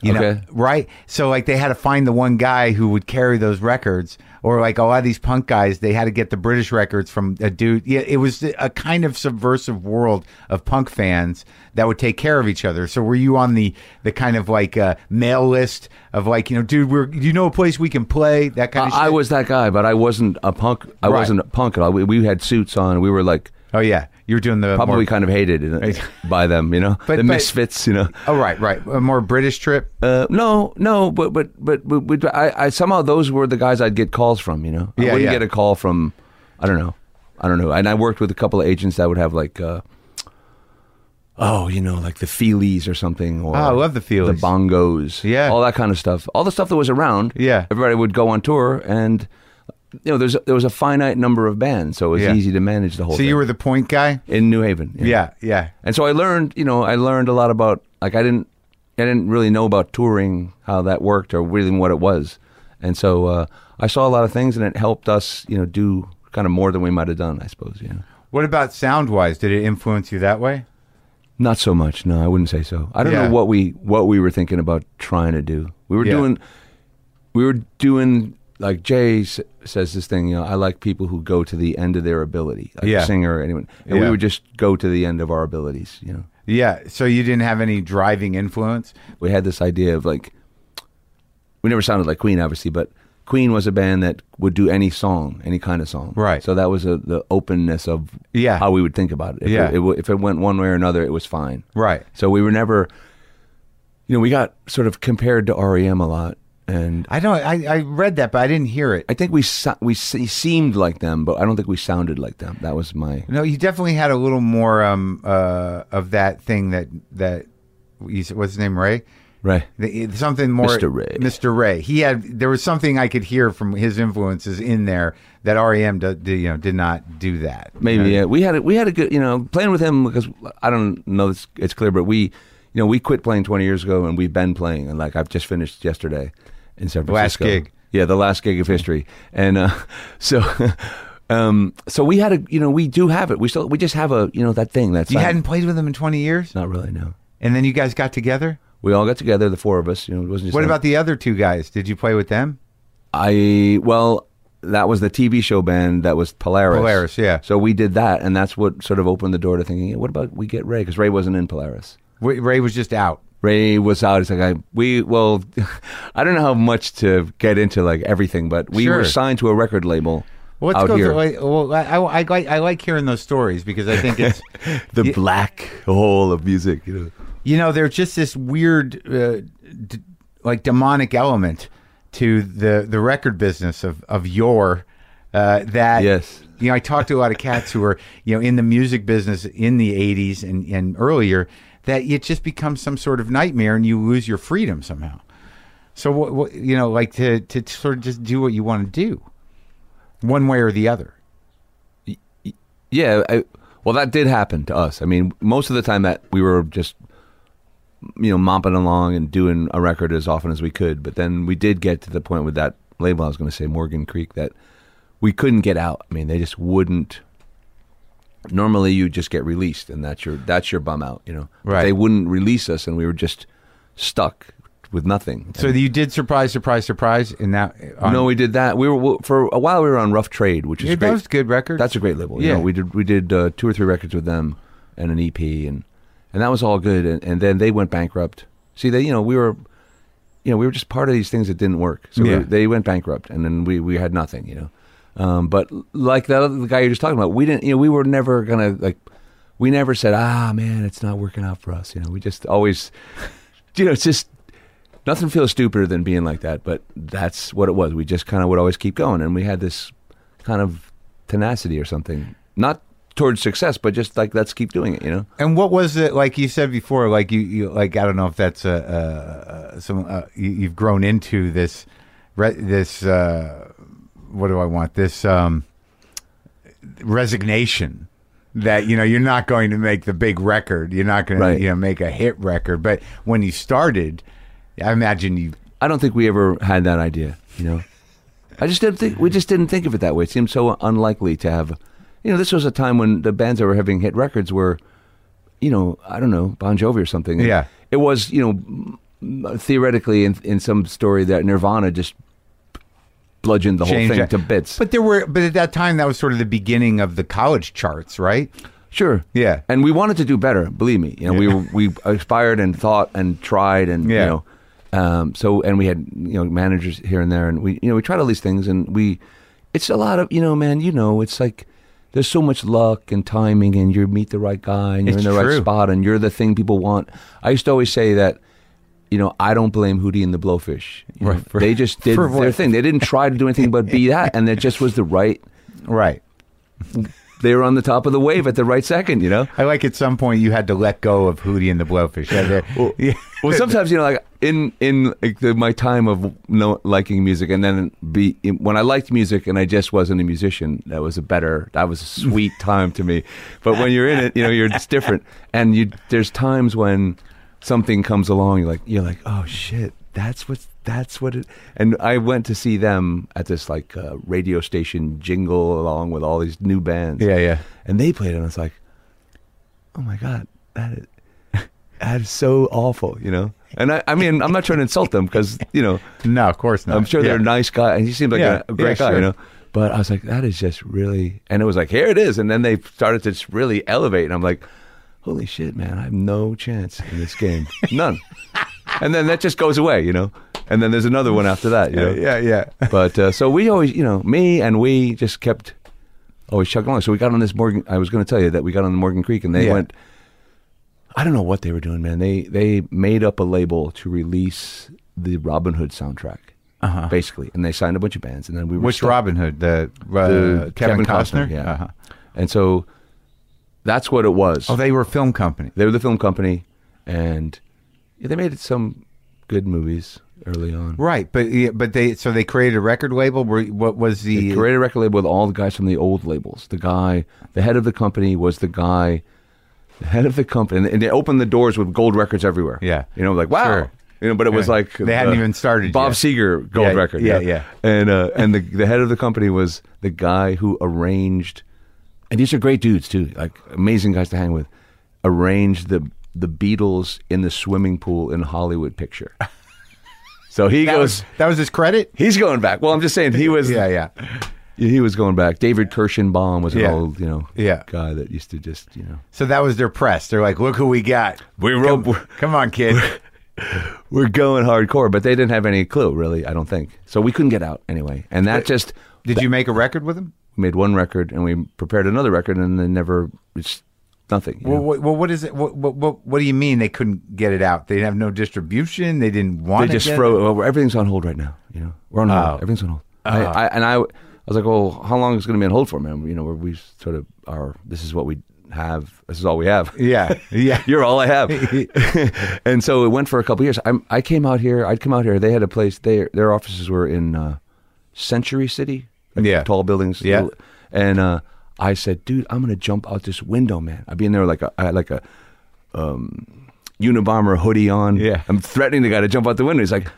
You know,
Okay.
right? So like they had to find the one guy who would carry those records, or like a lot of these punk guys, they had to get the British records from a dude. Yeah, it was a kind of subversive world of punk fans that would take care of each other. So were you on the the kind of like uh, mail list of like you know, dude, we're do you know a place we can play that kind of?
I, I
shit?
was that guy, but I wasn't a punk. I
Right.
wasn't a punk at all. We, we had suits on. We were like
Oh yeah, you were doing the
probably
more-
kind of hated in- by them, you know,
But-
the
but-
misfits, you know.
Oh right, right, a more British trip.
Uh, no, no, but but but, but, but I, I somehow those were the guys I'd get calls from, you know.
Yeah,
I wouldn't
yeah.
get a call from, I don't know, I don't know. And I worked with a couple of agents that would have like, uh, oh, you know, like the Feelies or something. Or
Oh, I love the Feelies.
the bongos,
Yeah.
all that kind of stuff, all the stuff that was around.
Yeah.
everybody would go on tour, and you know, there's there was a finite number of bands, so it was
Yeah.
easy to manage the whole.
So you were the point guy.
in New Haven.
Yeah, yeah.
And so I learned, you know, I learned a lot about like I didn't I didn't really know about touring, how that worked or really what it was. And so uh, I saw a lot of things and it helped us, you know, do kind of more than we might have done, I suppose, you know.
What about sound wise? Did it influence you that way?
Not so much, no, I wouldn't say so. I don't
Yeah.
know what we what we were thinking about trying to do. We were
Yeah.
doing we were doing like Jay s- says this thing, you know, I like people who go to the end of their ability, like
Yeah.
a singer or anyone. And
Yeah.
we would just go to the end of our abilities, you know.
Yeah, so you didn't have any driving influence.
we had this idea of like we never sounded like Queen, obviously, but Queen was a band that would do any song, any kind of song.
Right.
So that was a, the openness of
Yeah.
how we would think about it. If
Yeah.
It, it, w- if it went one way or another, it was fine.
Right.
So we were never, you know, we got sort of compared to REM a lot, and
I don't. I, I read that, but I didn't hear it.
I think we so- we se- seemed like them, but I don't think we sounded like them. That was my
No, you definitely had a little more um uh of that thing that that you said- what's his name Ray.
right.
The- Something more,
Mr. Ray.
Mr. Ray. He had there was something I could hear from his influences in there that E REM do, do- you know did not do that.
Maybe yeah. we had a, we had a good you know playing with him because I don't know it's, it's clear, but we you know we quit playing twenty years ago and we've been playing and like I've just finished yesterday in San
Last
Francisco.
gig.
yeah, the last gig of history, and uh, so um, so we had a you know we do have it. We still we just have a you know that thing that's
You
not-
hadn't played with him in twenty years,
not really no.
and then you guys got together.
We all got together, the four of us. You know, it wasn't just
What
him.
about the other two guys? Did you play with them?
I well, that was the TV show band that was Polaris.
Polaris, yeah.
So we did that, and that's what sort of opened the door to thinking, what about we get Ray? Because Ray wasn't in Polaris.
Ray Ray was just out.
Ray was out. It's like I we well, I don't know how much to get into like everything, but we
Sure.
were signed to a record label
Well, let's
out
go
here.
through. Well, I, I, I, like- I like hearing those stories because I think it's,
the black hole of music, you know.
you know, there's just this weird, uh, d- like demonic element to the the record business of of yore. Uh, that
Yes.
you know, I talked to a lot of cats who were you know in the music business in the '80s and and earlier. That it just becomes some sort of nightmare, and you lose your freedom somehow. So, what, what you know, like to to sort of just do what you want to do, one way or the other.
Yeah, I, well, that did happen to us. I mean, most of the time that we were just, you know, mopping along and doing a record as often as we could. But then we did get to the point with that label. I was going to say Morgan Creek that we couldn't get out. I mean, they just wouldn't. Normally, you just get released, and that's your that's your bum out. You know, But
Right.
They wouldn't release us, and we were just stuck with nothing.
So you did surprise, surprise, surprise, and that on-
no, we did that. We were for a while. We were on Rough Trade, which is
Yeah,
great.
that was a good record.
That's a great label. Yeah,
Yeah.
we did we did uh, two or three records with them E and an EP and and and that was all good. And, and then they went bankrupt. See, they you know we were, you know we were just part of these things that didn't work. So we-
Yeah.
they went bankrupt, and then we we had nothing. You know, um, but like that other the guy you're just talking about, we didn't. You know, we were never gonna like. We never said, ah, man, it's not working out for us. You know, we just always, you know, it's just nothing feels stupider than being like that. But that's what it was. We just kind of would always keep going, and we had this kind of tenacity or something, not towards success, but just like let's keep doing it. You know.
And what was it like you said before? Like you, you like I don't know if that's a, uh some uh, you, you've grown into this, re- this uh, what do I want? This um, resignation that you know you're not going to make the big record. You're not going
Right.
to you know make a hit record. But when you started, I imagine you.
I don't think we ever had that idea. You know, I just didn't think we just didn't think of it that way. It seemed so unlikely to have. You know, this was a time when the bands that were having hit records were, you know, I don't know, Bon Jovi or something.
Yeah.
it was. You know, m- theoretically, in in some story that Nirvana just bludgeoned the
changed
whole thing
that.
to bits.
But there were, but at that time, that was sort of the beginning of the college charts, right?
Sure.
Yeah.
And we wanted to do better. Believe me. You know, we were, we aspired and thought and tried and
Yeah.
you know, um, so and we had you know managers here and there and we you know we tried all these things and we, it's a lot of you know man you know it's like. There's so much luck and timing, and you meet the right guy, and you're
It's
in the
true.
right spot, and you're the thing people want. I used to always say that, you know, I don't blame Hootie and the Blowfish. You know,
Right, for-
they just did
for
their
what?
thing. They didn't try to do anything but be that, and it just was the right.
Right.
They were on the top of the wave at the right second, you know.
I like at some point you had to let go of Hootie and the Blowfish. Yeah, they're- yeah.
well, sometimes you know, like in in like, the, my time of no liking music, and then be when I liked music and I just wasn't a musician, that was a better, that was a sweet time to me. But when you're in it, you know, you're it's different, and you there's times when something comes along, you're like you're like, oh shit, that's what that's what it. And I went to see them at this like uh, radio station jingle along with all these new bands,
Yeah, yeah.
and they played it, and I was like, oh my god, that is, that is so awful, you know. And I, I mean, I'm not trying to insult them because you know
No, of course not.
I'm sure
Yeah.
they're nice guy, and he seemed like
Yeah,
a, a great
yeah,
guy,
sure.
you know. But I was like, that is just really, and it was like, here it is, and then they started to just really elevate, and I'm like, holy shit, man, I have no chance in this game, none. and then that just goes away, you know. And then there's another one after that, you know.
Yeah, yeah.
But uh, so we always, you know, me and we just kept always chugging along. So we got on this Morgan. I was going to tell you that we got on the Morgan Creek, and they
Yeah.
went. I don't know what they were doing, man. They they made up a label to release the Robin Hood soundtrack, basically, and they signed a bunch of bands, and then we were
Uh-huh. Which
stuck-
Robin Hood? The, uh,
the
Kevin, Costner?
yeah.
Uh-huh.
And so that's what it was.
Oh, they were a film company.
They were the film company, and yeah, they made some good movies early on.
Right, but yeah, but they so they created a record label. Were, what was the
They created a record label with all the guys from the old labels. The guy, the head of the company was the guy, the head of the company, and they opened the doors with gold records everywhere.
Yeah.
you know, like wow,
Sure.
you know, but it was
Yeah.
like
They hadn't even started
Bob
yet.
Seger gold
Yeah,
record.
yeah, yeah.
and uh, and the the head of the company was the guy who arranged, and these are great dudes too, like amazing guys to hang with. Arranged the the Beatles in the swimming pool in Hollywood picture. So he
that
goes.
was that was his credit?
He's going back. Well, I'm just saying he was
Yeah, yeah.
he was going back. David Kirschenbaum was an
Yeah.
old, you know,
Yeah.
guy that used to just, you know,
So that was their press. They're like, look who we got.
we wrote,
Come,
we're,
come on, kid.
we're going hardcore, but they didn't have any clue, really. I don't think so. We couldn't get out anyway, and that just
Did you make a record with them?
we made one record, and we prepared another record, and then never it's nothing. you know?
Well, what, well, what is it? What, what, what, what do you mean they couldn't get it out? They didn't have no distribution. They didn't Oh. want.
they
to
just
get it?
throw well, everything's on hold right now. You know, we're on hold. Everything's on hold. I, I, and I, I was like, well, how long is it going to be on hold for, man? You know, we're, we sort of are. This is what we have. This is all we have.
Yeah, yeah.
You're all I have. and so it went for a couple years. I'm, I came out here. I'd come out here. They had a place. They, their offices were in uh, Century City. like
Yeah.
Tall buildings.
Yeah.
little- And uh, I said, dude, I'm going to jump out this window, man. I'd be in there like a, I had like a um, Unabomber hoodie on.
Yeah.
I'm threatening the guy to jump out the window. He's like,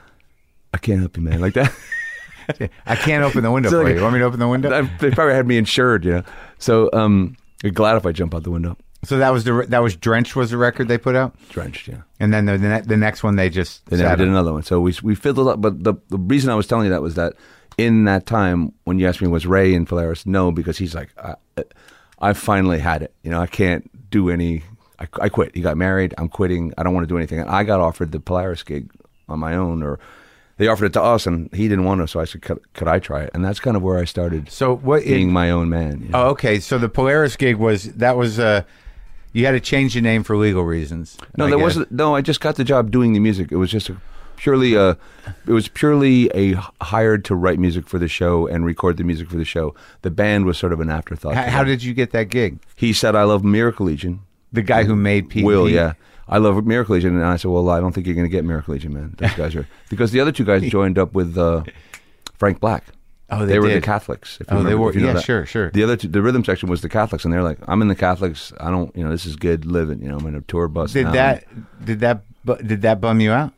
I can't help you, man. Like that.
I can't open the window
So,
for
like,
you. Want me to open the window?
I- they probably had me insured, you know. So um, glad if I jump out the window.
so that was the re- that was Drenched was the record they put out,
Drenched, yeah.
and then the the, ne- the next one they just
They never
sat
did
on.
another one. So we we fiddled up. But the, the reason I was telling you that was that in that time when you asked me was Ray in Polaris, no, because he's like, I, I finally had it. You know, I can't do any. I, I quit. He got married. I'm quitting. I don't want to do anything. And I got offered the Polaris gig on my own, or they offered it to us, and he didn't want to. So I said, could, could I try it? And that's kind of where I started
So what?
being
It,
my own man. you know.
oh, okay. So the Polaris gig was that was uh, you had to change the name for legal reasons.
No,
I
there
guess.
wasn't. No, I just got the job doing the music. It was just a, purely a. It was purely a h- hired to write music for the show and record the music for the show. The band was sort of an afterthought.
How,
to
how
that.
did you get that gig?
he said, "I love Miracle Legion."
The guy who made Pete.
Will,
Pete?
yeah. I love Miracle Legion, and I said, "Well, I don't think you're going to get Miracle Legion, man. Those guys are because the other two guys joined up with uh, Frank Black.
Oh, they
were the
did.
Catholics. If
Oh,
you
they
remember-
were-
if you know
yeah,
that.
sure, sure.
The other, two, the rhythm section was the Catholics, and they're like, "I'm in the Catholics. I don't, you know, this is good living. You know, I'm in a tour bus.
Did
now.
that? Did that? bu- Did that bum you out?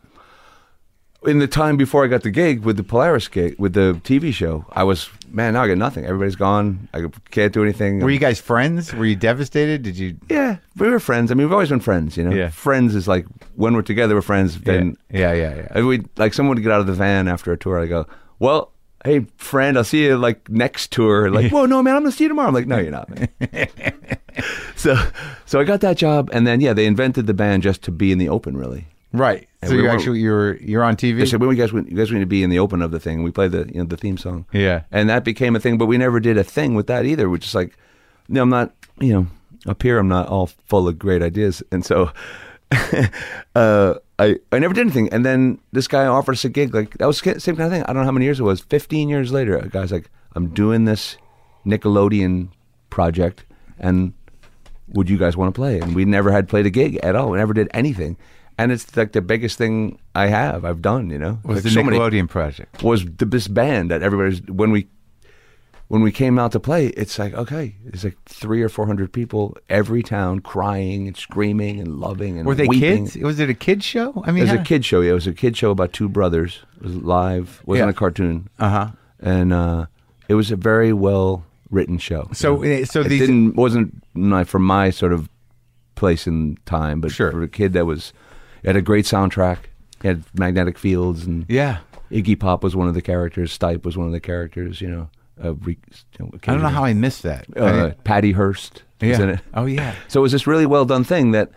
in the time before I got the gig with the Polaris gig with the TV show, I was man. Now I got nothing. Everybody's gone. I can't do anything.
Were you guys friends? Were you devastated? Did you?
Yeah, we were friends. I mean, we've always been friends. You know,
Yeah.
friends is like when we're together, we're friends. Then
Yeah, yeah, yeah.
we like someone would get out of the van after a tour. I go, well, hey friend, I'll see you like next tour. Like, whoa, no man, I'm gonna see you tomorrow. I'm like, no, you're not. Man. so, so I got that job, and then yeah, they invented the band just to be in the open, really.
Right.
And
so
we
you
were-
actually you were you're on TV.
They said, "When we guys, you guys need to be in the open of the thing." We played the you know the theme song.
Yeah.
and that became a thing. But we never did a thing with that either. We're just like, no, I'm not. You know, up here, I'm not all full of great ideas, and so uh, I I never did anything. And then this guy offered us a gig. Like that was the same kind of thing. I don't know how many years it was. Fifteen years later, a guy's like, "I'm doing this Nickelodeon project, and would you guys want to play? And we never had played a gig at all. We never did anything. And it's like the biggest thing I have, I've done, you know?
was
like
the
so many-
Nickelodeon project.
was the, this band that everybody's, when we, when we came out to play, it's like, okay, it's like three or 400 people, every town crying and screaming and loving and
Were they
weeping.
kids? Was it a kid show? I
It
mean,
was a
how-
kid show. Yeah, it was a kid show about two brothers. It was live. wasn't
Yeah.
a cartoon.
Uh-huh.
And uh, it was a very well written show.
So, uh, so
it
these-
didn't wasn't not from my sort of place and time, but
Sure.
for a kid that was it had a great soundtrack. It had magnetic fields and
Yeah.
Iggy Pop was one of the characters. Stipe was one of the characters. You know, uh, re, you know,
I don't know how I missed that. I
uh,
didn't-
Patty Hearst was
yeah.
in it.
Oh yeah.
So it was this really well done thing that,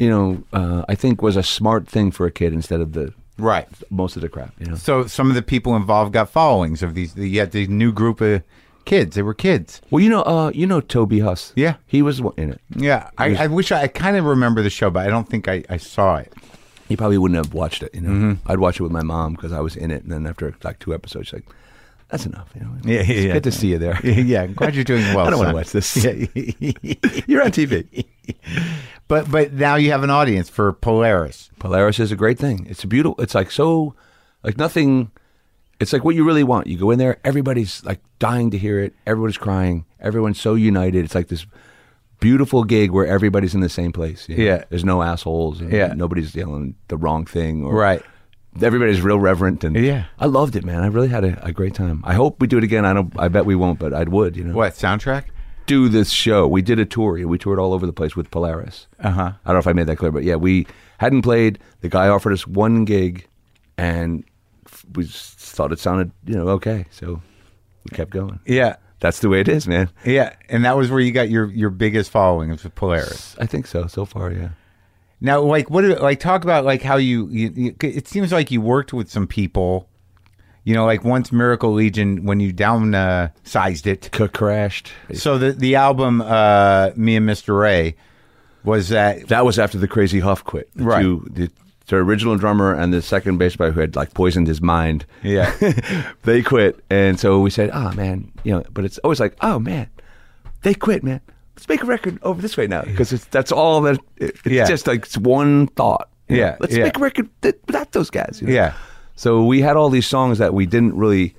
you know, uh, I think was a smart thing for a kid instead of the
Right.
most of the crap. You know,
So some of the people involved got followings of these. You had the new group of kids. They were kids.
well, you know, uh, you know Toby Huss.
Yeah.
he was one- in it.
Yeah. I, I wish I, I kind of remember the show, but I don't think I, I saw it.
You probably wouldn't have watched it. You know,
Mm-hmm.
I'd watch it with my mom because I was in it, and then after like two episodes, she's like, "That's enough." You know,
Yeah, yeah,
It's
yeah.
Good to see you there.
yeah. I'm glad you're doing well.
I don't want
son.
to watch this.
Yeah.
You're on TV.
but but now you have an audience for Polaris.
Polaris is a great thing. It's a beautiful. It's like so, like nothing. It's like what you really want. You go in there, everybody's like dying to hear it. Everybody's crying. Everyone's so united. It's like this beautiful gig where everybody's in the same place. you know?
Yeah.
there's no assholes. And
Yeah.
nobody's yelling the wrong thing. Or
Right.
Everybody's real reverent and
Yeah.
I loved it, man. I really had a, a great time. I hope we do it again. I don't. I bet we won't, but I would. You know,
What soundtrack?
do this show. We did a tour. We toured all over the place with Polaris.
Uh-huh.
I don't know if I made that clear, but yeah, we hadn't played. The guy offered us one gig, and f- we s- thought it sounded, you know, okay. So we kept going.
Yeah.
That's the way it is, man.
Yeah, and that was where you got your your biggest following was with Polaris.
I think so. So far, yeah.
Now, like, what? do- Like, talk about like how you, you, you. It seems like you worked with some people. You know, like once Miracle Legion when you downsized sized it.
C- crashed.
So the the album, uh, me and Mr. Ray, was that
That was after the Crazy Huff quit. The
Right.
two- the, the original drummer and the second bass player who had like poisoned his mind.
Yeah.
they quit, and so we said, "Ah, man, you know." But it's always like, "Oh man, they quit, man. Let's make a record over this way now," because that's all that. It, it's
Yeah.
just like it's one thought. you know?
Yeah,
Let's
yeah.
make a record that, without those guys. you know?
Yeah.
So we had all these songs that we didn't really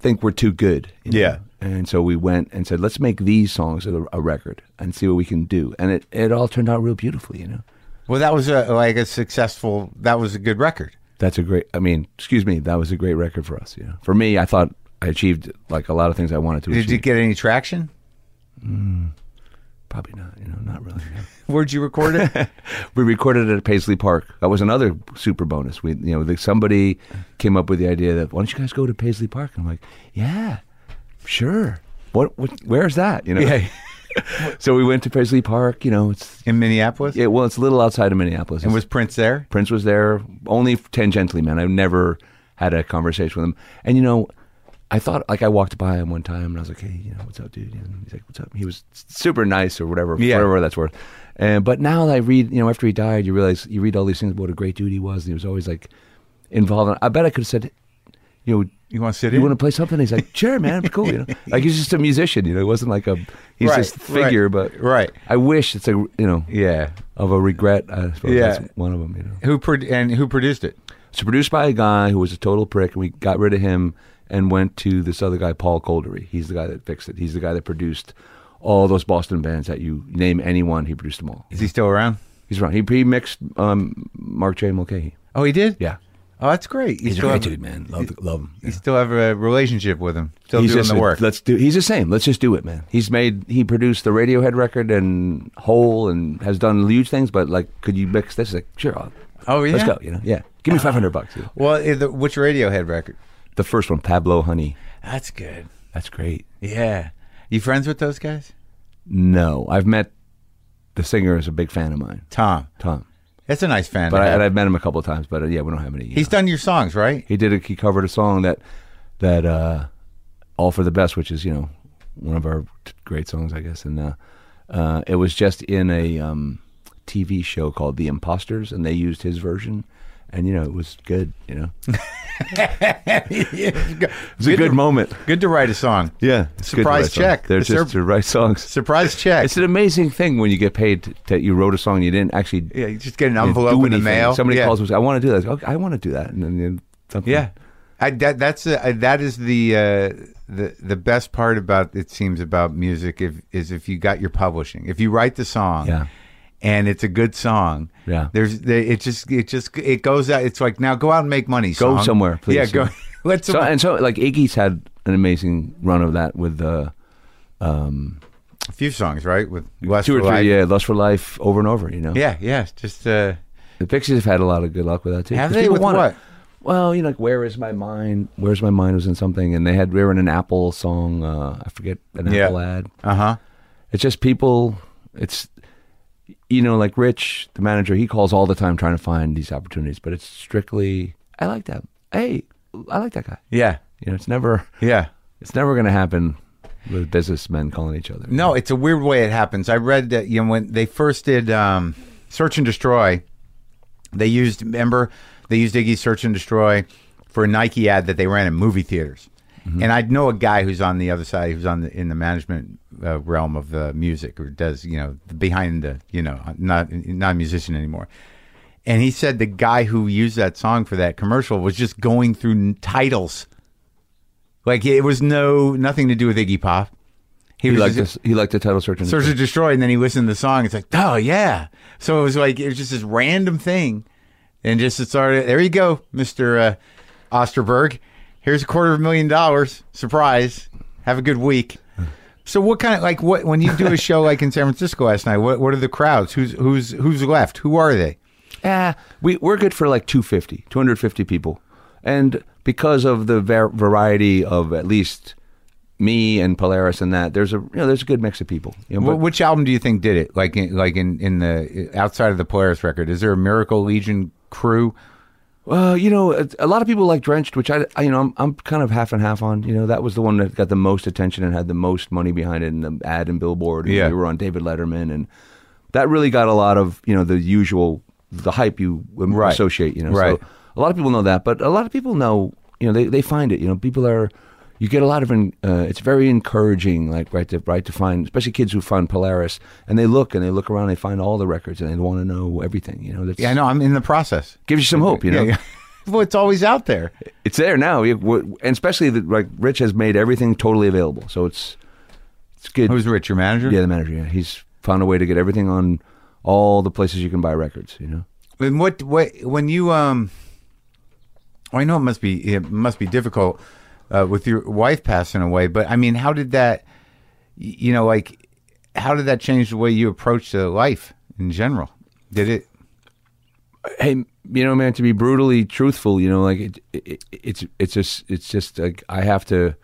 think were too good. you know?
Yeah.
And so we went and said, let's make these songs a, a record and see what we can do. And it, it all turned out real beautifully, you know?
well, that was a like a successful. That was a good record.
That's a great, I mean, excuse me, that was a great record for us, you know? For me, I thought I achieved like a lot of things I wanted to
Did
achieve.
you get any traction?
Probably not, you know, not really. no.
Where'd you record it?
we recorded it at Paisley Park. That was another super bonus. We, you know, like somebody came up with the idea that why don't you guys go to Paisley Park? And I'm like, yeah, sure. What? what where's that? You know.
Yeah.
so we went to Paisley Park. You know, it's
in Minneapolis.
yeah, well, it's a little outside of Minneapolis.
And
It's-
was Prince there?
Prince was there only tangentially, man. I've never had a conversation with him. And you know, I thought like I walked by him one time and I was like, hey, you know, what's up, dude? And he's like, what's up? He was super nice or whatever,
Yeah.
whatever that's worth. And but now that I read, you know, after he died, you realize you read all these things about what a great dude he was, and he was always like involved. And I bet I could have said, you know.
You want to sit
You
in?
want to play something? He's like, sure, man, it's cool. You know, like he's just a musician. You know, he wasn't like a he's
Right,
just a figure,
right,
but
right.
I wish it's a you know
yeah.
of a regret. I suppose
Yeah.
that's one of them. You know,
Who pro- and who produced it?
it's produced by a guy who was a total prick, and we got rid of him and went to this other guy, Paul Coldery. He's the guy that fixed it. He's the guy that produced all those Boston bands that you name anyone. He produced them all.
Is he still around?
He's around. He, he mixed um, Mark J. Mulcahy.
Oh, he did.
Yeah,
Oh, that's great. You
he's a
still
great
have-
dude, man. Love, love him.
You still have a relationship with him. Still
he's
doing
just
the
a-
work.
Let's do. He's the same. Let's just do it, man. He's made. He produced the Radiohead record and Hole, and has done huge things. But like, could you mix this? Like, sure. I'll,
Oh,
Let's
yeah?
go. You know. Yeah. Give me five hundred bucks. you know.
well, eh, the- which Radiohead record?
The first one, Pablo Honey.
That's good.
That's great.
Yeah. You friends with those guys?
No, I've met the singer is a big fan of mine,
Tom.
Tom.
That's a nice fan.
But
to
I,
have.
and I've met him a couple of times. But uh, yeah, we don't have any. you
he's
know.
done your songs, right?
He did. A, he covered a song that that uh, all for the best, which is you know one of our t- great songs, I guess. And uh, uh, it was just in a um, TV show called The Imposters, and they used his version. And you know it was good. You know it was a good moment.
Good to write a song.
Yeah, it's good to
Surprise
write songs.
check.
They're
It's
just
their-
to write songs.
Surprise check.
It's an amazing thing when you get paid t- that you wrote a song and you didn't actually
yeah, you just get an
do
envelope in the
anything.
mail.
Somebody
yeah.
calls and says, "I want to do that." Okay, I want to do that, and then you- something.
Yeah, I, that that's a, I- that is the uh, the the best part about it seems about music if, is if you got your publishing, if you write the song,
Yeah.
and it's a good song,
Yeah.
There's there, it just it just it goes out. It's like now go out and make money.
Go
song.
somewhere, please.
Yeah, go.
Yeah.
Let's
So and so, like Iggy's had an amazing run of that with uh,
a few songs right with West
two or three, yeah, "Lust for Life" over and over. You know,
yeah, yeah. Just uh,
The Pixies have had a lot of good luck with that too.
Have
'Cause
they?
people
With
want it.
what?
Well, you know, like "Where Is My Mind?" "Where's My Mind" was in something, and they had we were in an Apple song. Uh, I forget an
Yeah.
Apple ad.
uh huh.
It's just people. It's you know, like Rich, the manager, he calls all the time trying to find these opportunities, but it's strictly I like that. Hey, I like that guy.
Yeah,
You know, it's never
yeah.
it's never going to happen with businessmen calling each other.
No, it's a weird way it happens. I read that you know when they first did um, Search and Destroy, they used remember they used Iggy's Search and Destroy for a Nike ad that they ran in movie theaters.
Mm-hmm.
And I know a guy who's on the other side, who's on the, in the management uh, realm of the music, or does you know behind the you know not not a musician anymore. And he said the guy who used that song for that commercial was just going through n- titles, like it was no nothing to do with Iggy Pop.
he
was
liked
just-
this. He liked the title search and
Search and Destroy, and then he listened to the song. It's like, oh yeah. So it was like it was just this random thing, and just it started. There you go, Mister uh, Osterberg. Here's a quarter of a million dollars. Surprise. Have a good week. So what kind of like what when you do a show like in San Francisco last night? What what are the crowds? Who's who's who's left? Who are they?
Ah, we we're good for like 250, 250 people, and because of the var- variety of at least me and Polaris and that, there's a you know there's a good mix of people. You know,
Wh-
but-
Which album do you think did it? Like in, like in in the outside of the Polaris record, is there a Miracle Legion crew?
Well, you know, a, a lot of people like Drenched, which I, I- you know, I'm, I'm kind of half and half on. You know, that was the one that got the most attention and had the most money behind it in the ad and billboard. And
Yeah.
we were on David Letterman, and that really got a lot of you know the usual the hype you um,
Right.
associate. You know,
Right.
So a lot of people know that, but a lot of people know, you know, they, they find it. You know, people are. You get a lot of, en- uh, it's very encouraging, like right to right to find, especially kids who find Polaris, and they look and they look around, they find all the records, and they want to know everything. You know, that's,
Yeah, I know. I'm in the process.
gives you some hope. You know,
Yeah, yeah. well, it's always out there.
it's there now, It- w- and especially that like Rich has made everything totally available, so it's it's good.
Who's Rich, your manager?
yeah, the manager. Yeah, he's found a way to get everything on all the places you can buy records. You know,
And what what when you um, well, I know it must be it must be difficult uh, with your wife passing away, but I mean, how did that, y- you know, like, how did that change the way you approached uh, life in general? Did it?
hey, you know, man, to be brutally truthful, you know, like it, it, it's it's just it's just like I have to,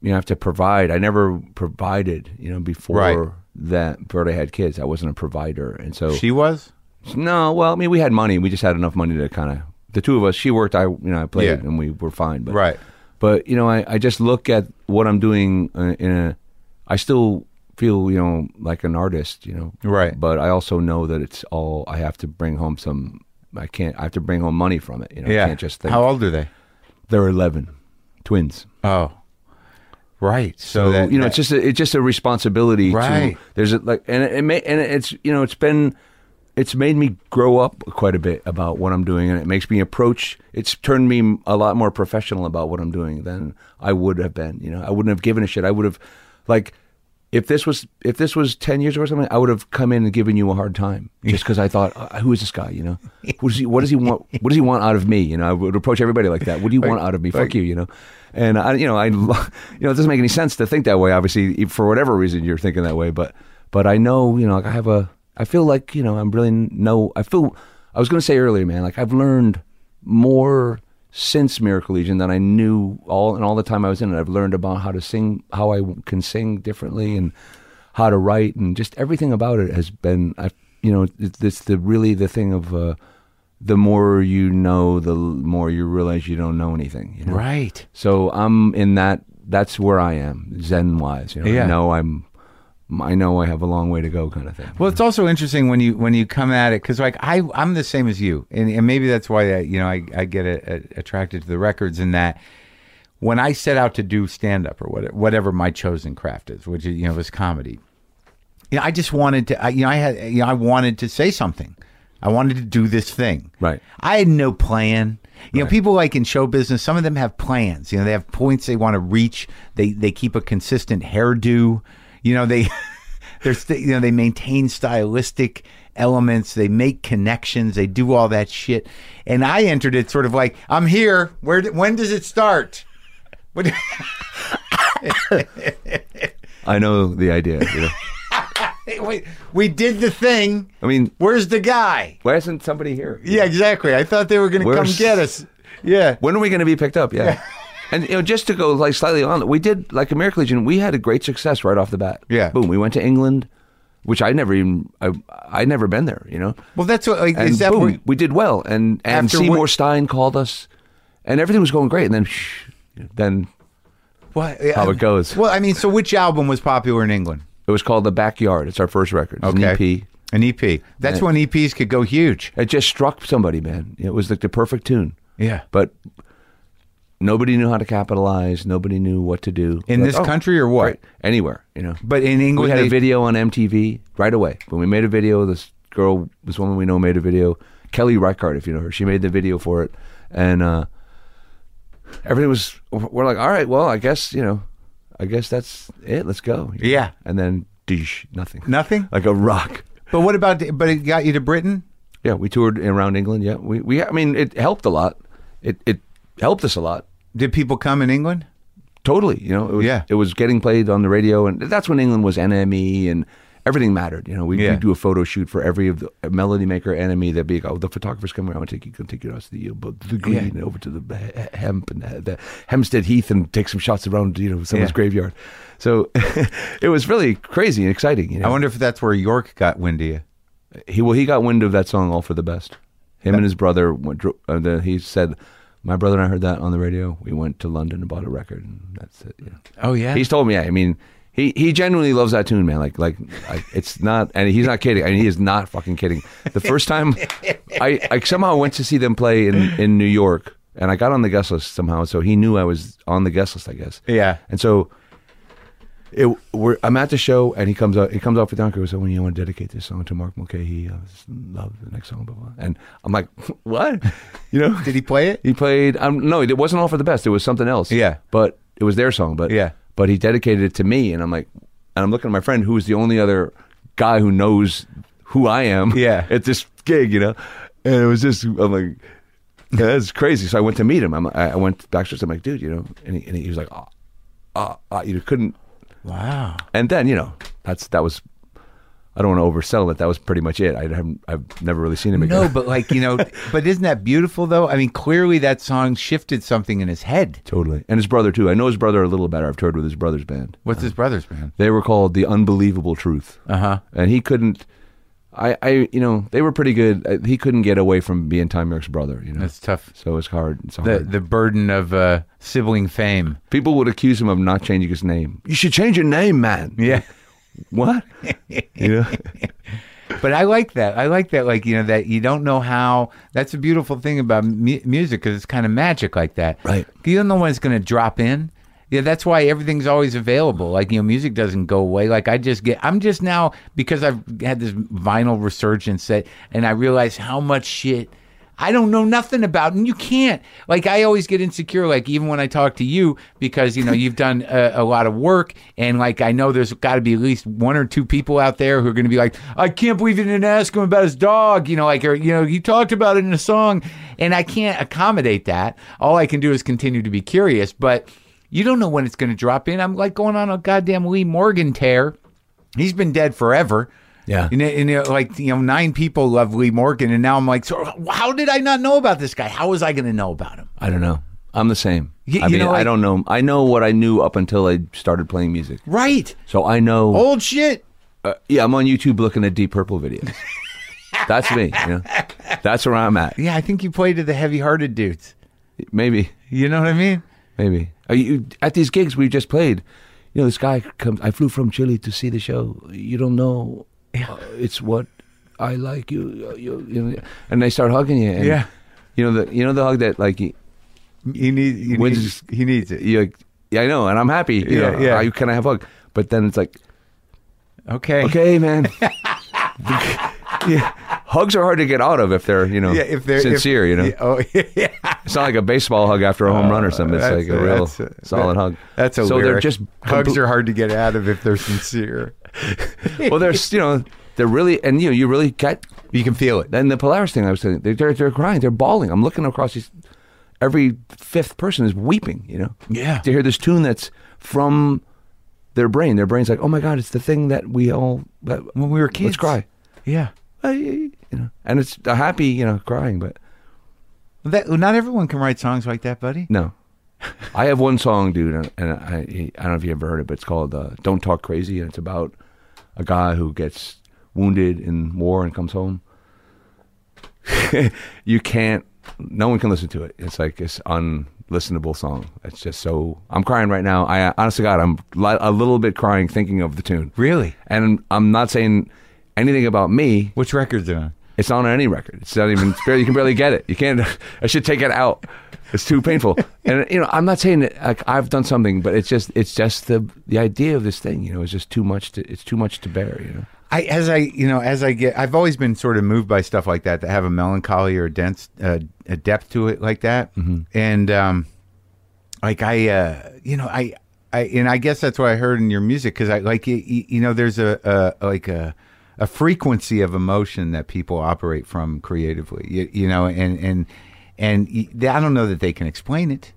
you know, I have to provide. I never provided, you know, before
Right.
that Verde had kids. I wasn't a provider, and so
She was.
no. Well, I mean, we had money. We just had enough money to kind of the two of us. She worked. I you know I played,
Yeah.
and we were fine. But
Right.
But you know, I, I just look at what I'm doing uh, in a. I still feel you know like an artist, you know.
Right.
But I also know that it's all I have to bring home some. I can't. I have to bring home money from it. You know.
Yeah.
I can't just think.
How old are they?
They're 11, twins.
Oh, right. So,
So
that,
you know,
that-
it's just a, it's just a responsibility.
Right.
To, there's a, like, and it, it may, and it's you know, it's been, it's made me grow up quite a bit about what I'm doing, and it makes me approach. It's turned me a lot more professional about what I'm doing than I would have been. You know, I wouldn't have given a shit. I would have, like, if this was if this was ten years ago or something, I would have come in and given you a hard time just because I thought, uh, who is this guy? You know, what does he what does he want? What does he want out of me? You know, I would approach everybody like that. What do you want out of me? Fuck you. You know, and I, you know, I, you know, it doesn't make any sense to think that way. Obviously, if for whatever reason you're thinking that way, but but I know, you know, like I have a, I feel like you know, I'm really no, I feel, I was going to say earlier, man, like I've learned more since Miracle Legion than I knew all and all the time I was in it. I've learned about how to sing, how I can sing differently, and how to write, and just everything about it has been. I, you know, it's, it's the really the thing of uh, the more you know, the l- more you realize you don't know anything. You know?
right.
So I'm in that. That's where I am, Zen wise. You know,
Yeah.
I know I'm. I know I have a long way to go, kind of thing.
Well, it's also interesting when you when you come at it because like I I'm the same as you, and, and maybe that's why I, you know I I get a, a, attracted to the records in that when I set out to do stand up or whatever, whatever my chosen craft is, which you know is comedy. You know, I just wanted to. I, you know, I had. You know, I wanted to say something. I wanted to do this thing.
Right.
I had no plan. You know, people like in show business, some of them have plans. You know, they have points they want to reach. They they keep a consistent hairdo. You know, they they're st- you know they maintain stylistic elements. They make connections. They do all that shit. And I entered it sort of like I'm here. Where? d- When does it start? What?
I know the idea. You know?
we, we did the thing.
I mean,
Where's the guy?
why isn't somebody here?
Yeah, exactly. I thought they were going to come
Where's-
get us. Yeah.
When are we going to be picked up? Yeah. And you know, just to go like slightly on, we did like American Legion. We had a great success right off the bat.
Yeah.
Boom. We went to England, which I never even I I never been there. You know.
Well, that's what. Like,
And
is that
boom,
where-
we did well. And and
After
Seymour
what-
Stein called us, and everything was going great. And then, shh, then
what,
how it goes.
Well, I mean, so which album was popular in England?
it was called the Backyard. It's our first record. It's An E EP.
An EP. That's when EPs could go huge.
It just struck somebody, man. It was like the perfect tune.
Yeah.
But nobody knew how to capitalize. Nobody knew what to do.
In
Like,
this
oh,
country or what?
great. Anywhere, you know.
But in England,
we had
they-
a video on MTV right away. When we made a video, this girl, this woman we know, made a video. Kelly Reichardt, if you know her, she made the video for it, and uh, everything was. We're like, all right, well, I guess you know, I guess that's it. Let's go.
Yeah.
And then, deesh, nothing.
Nothing?
Like a rock.
But what about? But it got you to Britain.
Yeah, we toured around England. Yeah, we, we I mean, it helped a lot. It it helped us a lot.
Did people come in England?
Totally, you know. It was,
Yeah.
it was getting played on the radio, and that's when England was NME and everything mattered. You know, we
Yeah.
do a photo shoot for every of the melody maker NME. That big, oh, the photographer's coming around, take you, come take you out to the uh, but the green and over to the he- he- hemp and uh, the Hempstead Heath and take some shots around you know someone's
Yeah.
graveyard. So it was really crazy and exciting. You know,
I wonder if that's where York got wind of you.
he well he got wind of that song all for the best him and his brother went dro- uh, the, he said my brother and i heard that on the radio we went to london and bought a record and that's it yeah.
Oh yeah.
he's told me yeah, i mean he, he genuinely loves that tune, man. Like like I, it's not, and he's not kidding. I mean, he is not fucking kidding. The first time I, I somehow went to see them play in, in New York, and I got on the guest list somehow, so he knew I was on the guest list, I guess.
Yeah.
And so it, we're, I'm at the show, and he comes up. He comes off the donkey. and goes, "Oh, you want to dedicate this song to Mark Mulcahy? I love the next song." Blah, blah. And I'm like, "What? You know?"
Did he play it?
He played. Um, no, it wasn't all for the best. It was something else.
Yeah.
but it was their song. But
Yeah.
but he dedicated it to me, and I'm like, and I'm looking at my friend, who is the only other guy who knows who I am.
Yeah.
at this gig, you know, and it was just I'm like. "Yeah, that's crazy. So I went to meet him. I'm, I I went backstage. I'm like, dude, you know, and he, and he was like, ah, ah, ah, you couldn't
Wow.
and then you know that's that was I don't want to oversell it. That was pretty much it. I haven't, I've never really seen him again.
No, but like you know, but isn't that beautiful though? I mean, clearly that song shifted something in his head.
totally. And his brother too. I know his brother a little better. I've toured with his brother's band.
What's his brother's band?
They were called the Unbelievable Truth.
Uh huh.
and he couldn't. I, I, you know, they were pretty good. Uh, He couldn't get away from being Time York's brother. You know,
That's tough.
so it's hard. It's
The
hard.
the burden of uh, sibling fame.
People would accuse him of not changing his name. You should change your name, man.
Yeah.
What? you know,
But I like that. I like that. Like you know that you don't know how. That's a beautiful thing about mu- music because it's kind of magic like that.
Right.
You don't know when it's going to drop in. Yeah, that's why everything's always available. Like you know, music doesn't go away. Like I just get. I'm just now because I've had this vinyl resurgence that, and I realize how much shit. I don't know nothing about, and you can't. Like I always get insecure, like even when I talk to you, because you know you've done a, a lot of work, and like I know there's got to be at least one or two people out there who are going to be like, I can't believe you didn't ask him about his dog, you know, like or you know he talked about it in a song, and I can't accommodate that. All I can do is continue to be curious, but you don't know when it's going to drop in. I'm like going on a goddamn Lee Morgan tear. He's been dead forever.
Yeah.
And, and uh, like, you know, nine people love Lee Morgan. And now I'm like, so how did I not know about this guy? How was I going to know about him?
I don't know. I'm the same.
Y-
I
you
mean,
know,
I
like-
don't know. I know what I knew up until I started playing music.
Right.
So I know.
Old shit.
uh, yeah, I'm on YouTube looking at Deep Purple videos. That's me. You know? That's where I'm at.
Yeah, I think you play to the heavy hearted dudes.
Maybe.
You know what I mean?
Maybe. Are you at these gigs we just played? You know, this guy comes. I flew from Chile to see the show. You don't know. uh, it's what I like. You, uh, you, you know, and they start hugging you. And,
Yeah.
You know the you know the hug that like you,
He, need, he,
When's
needs, he needs it.
you yeah I know and I'm happy. You
Yeah,
know,
yeah.
I, can I have a hug? But then it's like
Okay.
okay, man. yeah. Hugs are hard to get out of if they're you know
Yeah, if they're if-
Oh. sincere. you know,
Yeah, oh, yeah.
it's not like a baseball hug after a home run or something. It's
That's
like a, real
that's a-
solid
that-
hug.
That's a
so they're
lyric.
just
hugs
compl-
are hard to get out of if they're sincere.
well, there's you know they're really and you know, you really get
You can feel it.
then the Polaris thing I was saying they're, they're they're crying they're bawling I'm looking across these every fifth person is weeping you know
Yeah.
to hear this tune that's from their brain their brain's like oh my god it's the thing that we all that,
When we were kids.
let's cry
Yeah.
I- you know and it's a happy you know crying but
That, not everyone can write songs like that, buddy.
no I have one song dude and- and I I don't know if you ever heard it but it's called uh, Don't Talk Crazy and it's about a guy who gets wounded in war and comes home you can't no one can listen to it it's like it's unlistenable song it's just so i'm crying right now i honest to god i'm li- a little bit crying thinking of the tune
Really?
and i'm not saying anything about me
Which record's doing?
it's not on any record it's not even it's barely, you can barely get it you can't i should take it out it's too painful and you know i'm not saying that like i've done something but it's just it's just the the idea of this thing you know it's just too much to it's too much to bear you know
I as I you know as I get I've always been sort of moved by stuff like that that have a melancholy or a dense uh, a depth to it like that
Mm-hmm.
and um like I uh you know I I and I guess that's what I heard in your music cuz I like you, you know there's a, a like a a frequency of emotion that people operate from creatively you, you know and and and y- I don't know that they can explain it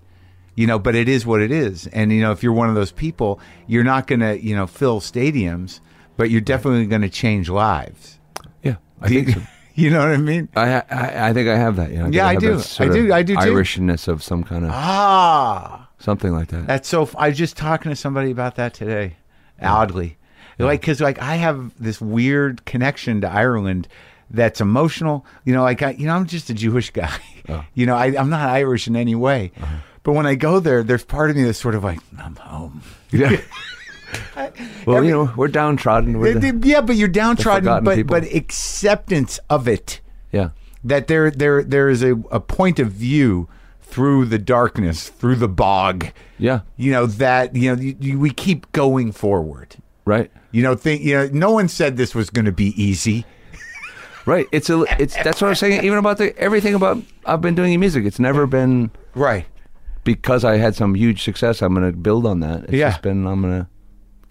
you know but it is what it is and you know if you're one of those people you're not going to you know fill stadiums but you're definitely going to change lives
yeah i
Do you,
think so
you know what i mean
I, I I think I have that. You know, think
Yeah, I
have
do.
that sort
I do-
of
I do too.
Irishness of some kind of
ah
something like that.
That's so. f- I was just talking to somebody about that today, oddly, like because like I have this weird connection to Ireland that's emotional. You know, like I, you know, I'm just a Jewish guy.
Oh.
You know, I, I'm not Irish in any way,
Uh-huh.
but when I go there, there's part of me that's sort of like I'm home.
yeah. well,
every-
you know, we're downtrodden. We're the,
yeah, but you're downtrodden,
forgotten
but
people.
but acceptance of it.
yeah.
that there there there is a, a point of view through the darkness, through the bog.
Yeah.
You know that you know you, you, we keep going forward.
Right.
You know, think you know. No one said this was going to be easy.
Right. It's a. It's that's what I'm saying. Even about the everything about I've been doing in music. It's never been
Right.
because I had some huge success. I'm going to build on that. It's
Yeah.
just been. I'm going to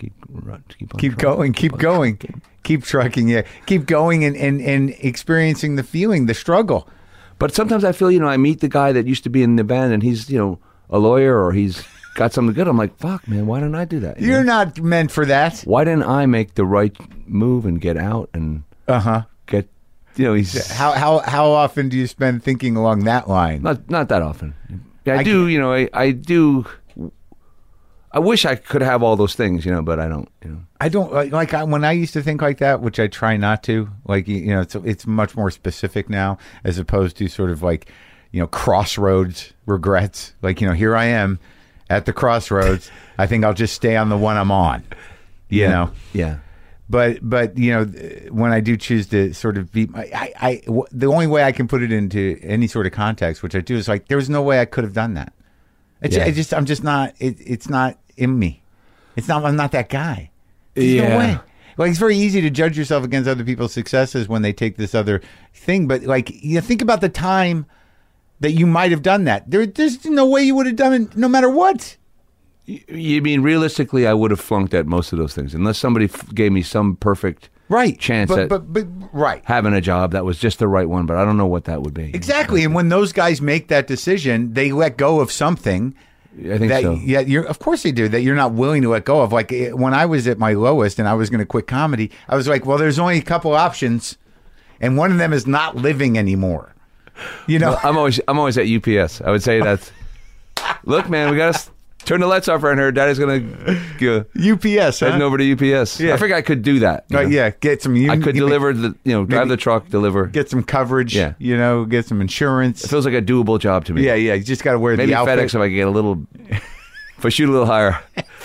keep run- keep on
Keep
trucking,
going. Keep
on
going.
trucking.
Keep trucking. Yeah. Keep going and and and experiencing the feeling, the struggle.
But sometimes I feel, you know, I meet the guy that used to be in the band, and he's, you know, a lawyer or he's got something good. I'm like, fuck, man, why didn't I do that? You
You're
know?
not meant for that.
Why didn't I make the right move and get out and
Uh huh.
get, you know, he's
How how how often do you spend thinking along that line?
not not that often. Yeah, I,
I
do, you know, I, I do. I wish I could have all those things, you know, but I don't. You know,
I don't like, like I, when I used to think like that, which I try not to. Like you you know, it's it's much more specific now as opposed to sort of like you know crossroads regrets. Like you know, here I am at the crossroads. I think I'll just stay on the one I'm on. You know,
yeah.
but but you know th- when I do choose to sort of be I, I, I w- the only way I can put it into any sort of context, which I do, is like there was no way I could have done that. It's,
Yeah.
I just I'm just not it, it's not in me. It's not I'm not that guy. There's no
Yeah.
way. Like it's very easy to judge yourself against other people's successes when they take this other thing, but like you know, think about the time that you might have done that. There, there's no way you would have done it, no matter what.
Y- You mean realistically, I would have flunked at most of those things unless somebody f- gave me some perfect
Right
chance
but,
at
but but right.
having a job that was just the right one. But I don't know what that would be.
Exactly, and when those guys make that decision, they let go of something.
I think
that
so.
yeah, you're of course they do that. You're not willing to let go of. Like eh, when I was at my lowest and I was going to quit comedy, I was like, well, there's only a couple options, and one of them is not living anymore. You know,
I'm always I'm always at UPS. I would say that. Look, man, we gotta s- turn the lights off around here. Daddy's gonna go
UPS. Huh?
heading over to UPS.
Yeah.
I think I could do that. you
Right,
know?
yeah, get some.
I could deliver the you know drive
maybe-
the truck, deliver.
Get some coverage.
Yeah.
you know, get some
it
insurance.
feels like a doable job to me.
Yeah, yeah. You just got to wear
Maybe
the outfit.
FedEx if I could get a little, if I shoot a little higher.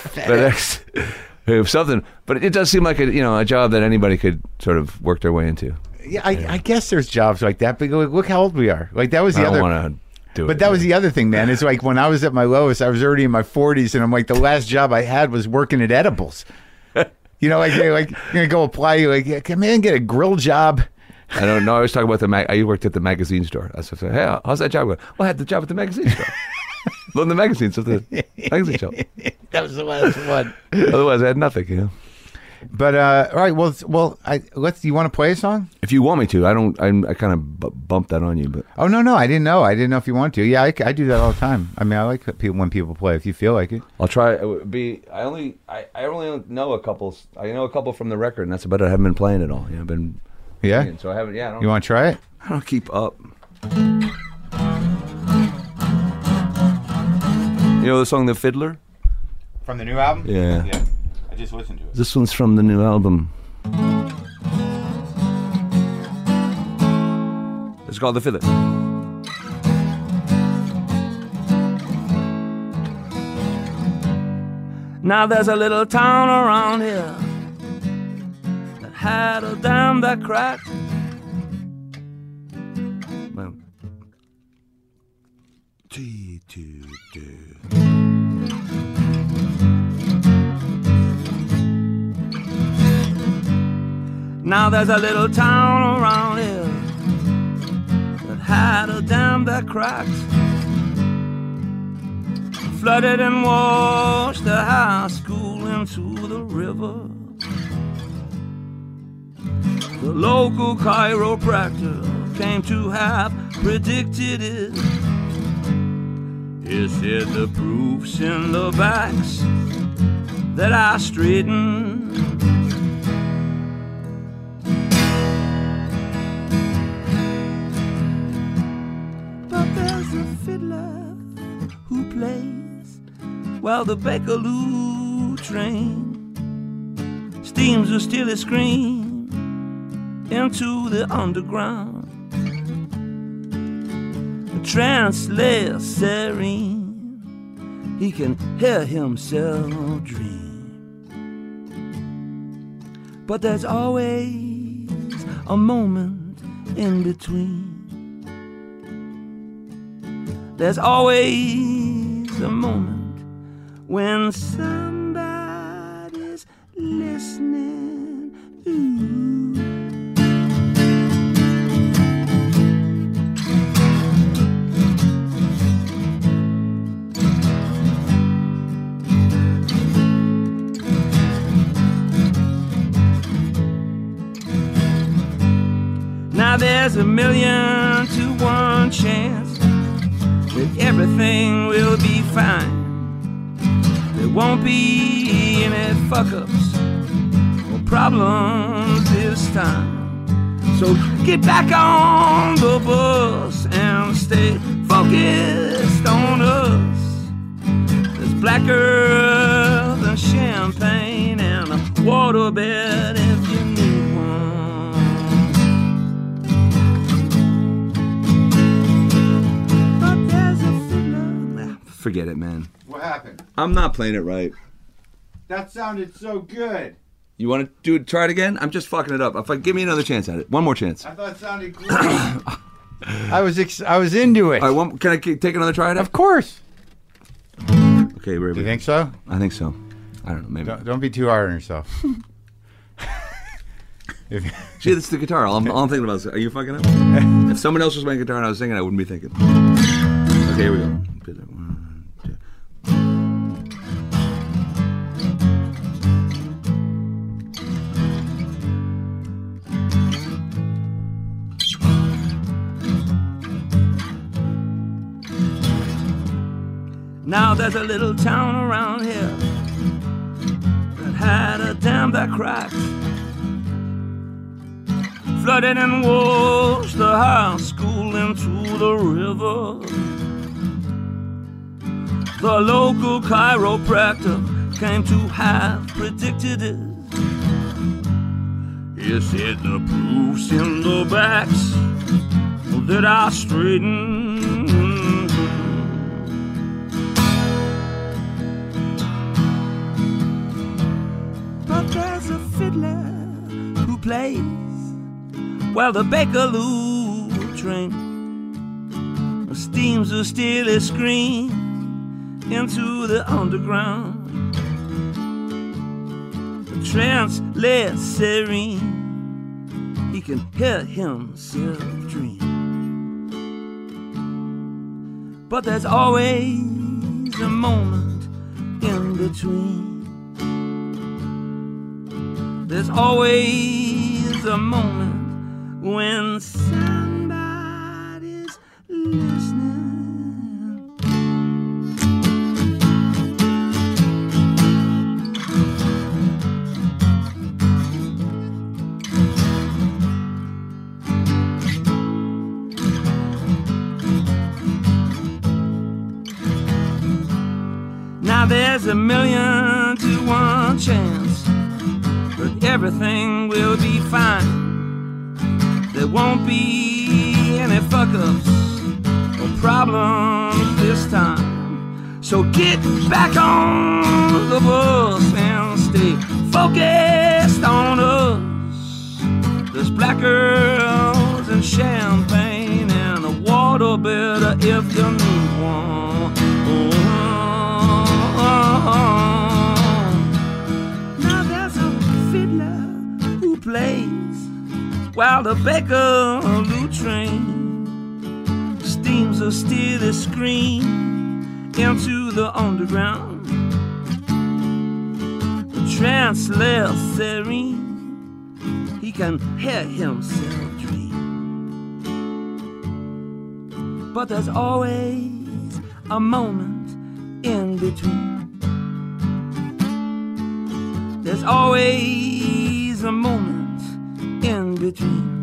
FedEx, if something. But it does seem like a you know a job that anybody could sort of work their way into.
yeah, I, I guess there's jobs like that. But look, look how old we are. Like that was the
I
other.
don't want to do it.
But that was the other thing, man. It's like when I was at my lowest, I was already in my 40s, and I'm like, the last job I had was working at Edibles. You know, like, they like you're gonna go apply, you like, yeah, come in, get a grill job.
I don't know. I was talking about the mag. I worked at the magazine store. I was like, hey, how's that job going? Well, I had the job at the magazine store. Loan the magazines at the magazine shop.
That was the last one.
Otherwise, I had nothing. You know.
But uh, all right, well, s- well, I let's. You want to play a song?
If you want me to, I don't. I'm, I kind of b- bumped that on you, but
Oh no, no, I didn't know. I didn't know if you want to. Yeah, I, c- I do that all the time. I mean, I like pe- when people play if you feel like it.
I'll try. It would be. I only. I, I only know a couple. I know a couple from the record, and that's about it. I haven't been playing at all. You know, I've been.
Yeah?
playing, so I haven't. Yeah. I don't,
You want to try it?
I don't keep up. You know the song "The Fiddler."
From the new album?
Yeah.
I just listened to it.
This one's from the new album. It's called The Fiddler. Now there's a little town around here that had a dam that cracked. Well, Tee, tee, tee. Now there's a little town around here that had a dam that cracked, flooded and washed the high school into the river. The local chiropractor came to have predicted it. He said the proof's in the backs that I straightened. But there's a fiddler who plays while the Bakerloo train steams a steely scream into the underground. The trance layer serene, he can hear himself dream. But there's always a moment in between. There's always a moment when somebody's listening. Ooh. Now there's a million to one chance that everything will be fine.
Won't be any fuck ups or problems this time. So get back on the bus and stay focused on us. There's blacker than champagne and a waterbed if you need one. But there's a feeling.
Forget it, man.
What happened?
I'm not playing it right.
That sounded so good.
You want to do it? Try it again. I'm just fucking it up. If I give me another chance at it, one more chance. All
I thought it sounded great. I was ex- I was into it.
right, one, can I k- take another try at it?
of course.
Okay, where are
Do
we?
you think so?
I think so. I don't know. Maybe.
Don't, don't be too hard on yourself. If-
See, this is the guitar. All I'm, all I'm thinking about is, are you fucking up? if someone else was playing guitar and I was singing, I wouldn't be thinking. Okay, here we go. One, two.
Now there's a little town around here that had a dam that cracked. Flooded and washed the high school into the river. The local chiropractor came to have predicted it. He said the proof's in the backs that I straightened. But there's a fiddler who plays while the Bakerloo train steams a steely scream into the underground. The trance less serene, he can hear himself dream. But there's always a moment in between. There's always a moment when somebody's listening. Now there's a million to one chance but everything will be fine. There won't be any fuck ups or problems this time. So get back on the bus and stay focused on us. There's black girls and champagne and a water better if you need one. Now there's a fiddler who plays while the baker blue train steams a steely scream into the underground. The trance less serene, he can hear himself dream. But there's always a moment in between. There's always a moment in between.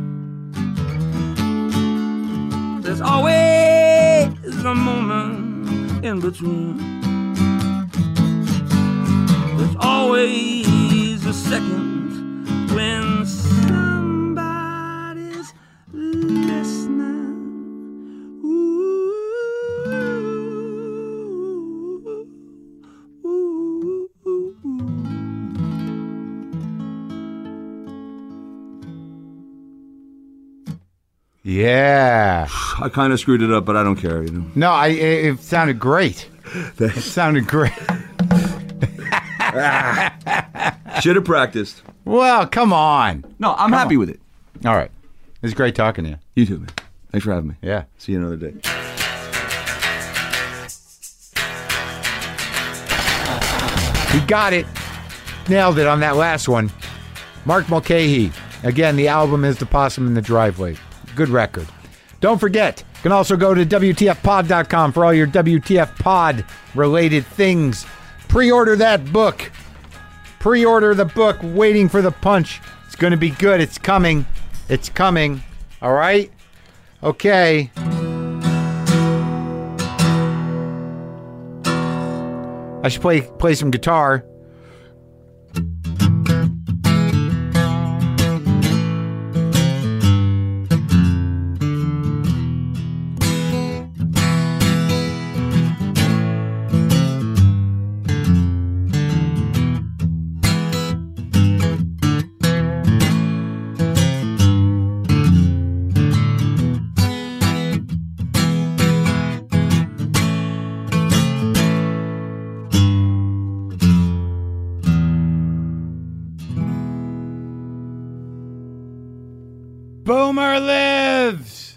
There's always a moment in between. There's always a second when somebody's listening. Ooh, ooh, ooh, ooh.
yeah.
I kind of screwed it up, but I don't care. You know.
No, I. It, it sounded great. It sounded great.
Should have practiced.
Well, come on.
No, I'm happy with it.
All right. It's great talking to you.
You too, man. Thanks for having me.
Yeah.
See you another day.
He got it. Nailed it on that last one. Mark Mulcahy. Again, the album is The Possum in the Driveway. Good record. Don't forget, you can also go to WTFpod.com for all your WTF pod related things. Pre order that book. Pre order the book, Waiting for the Punch. It's going to be good. It's coming. It's coming. All right? Okay. I should play play some guitar.
Boomer lives.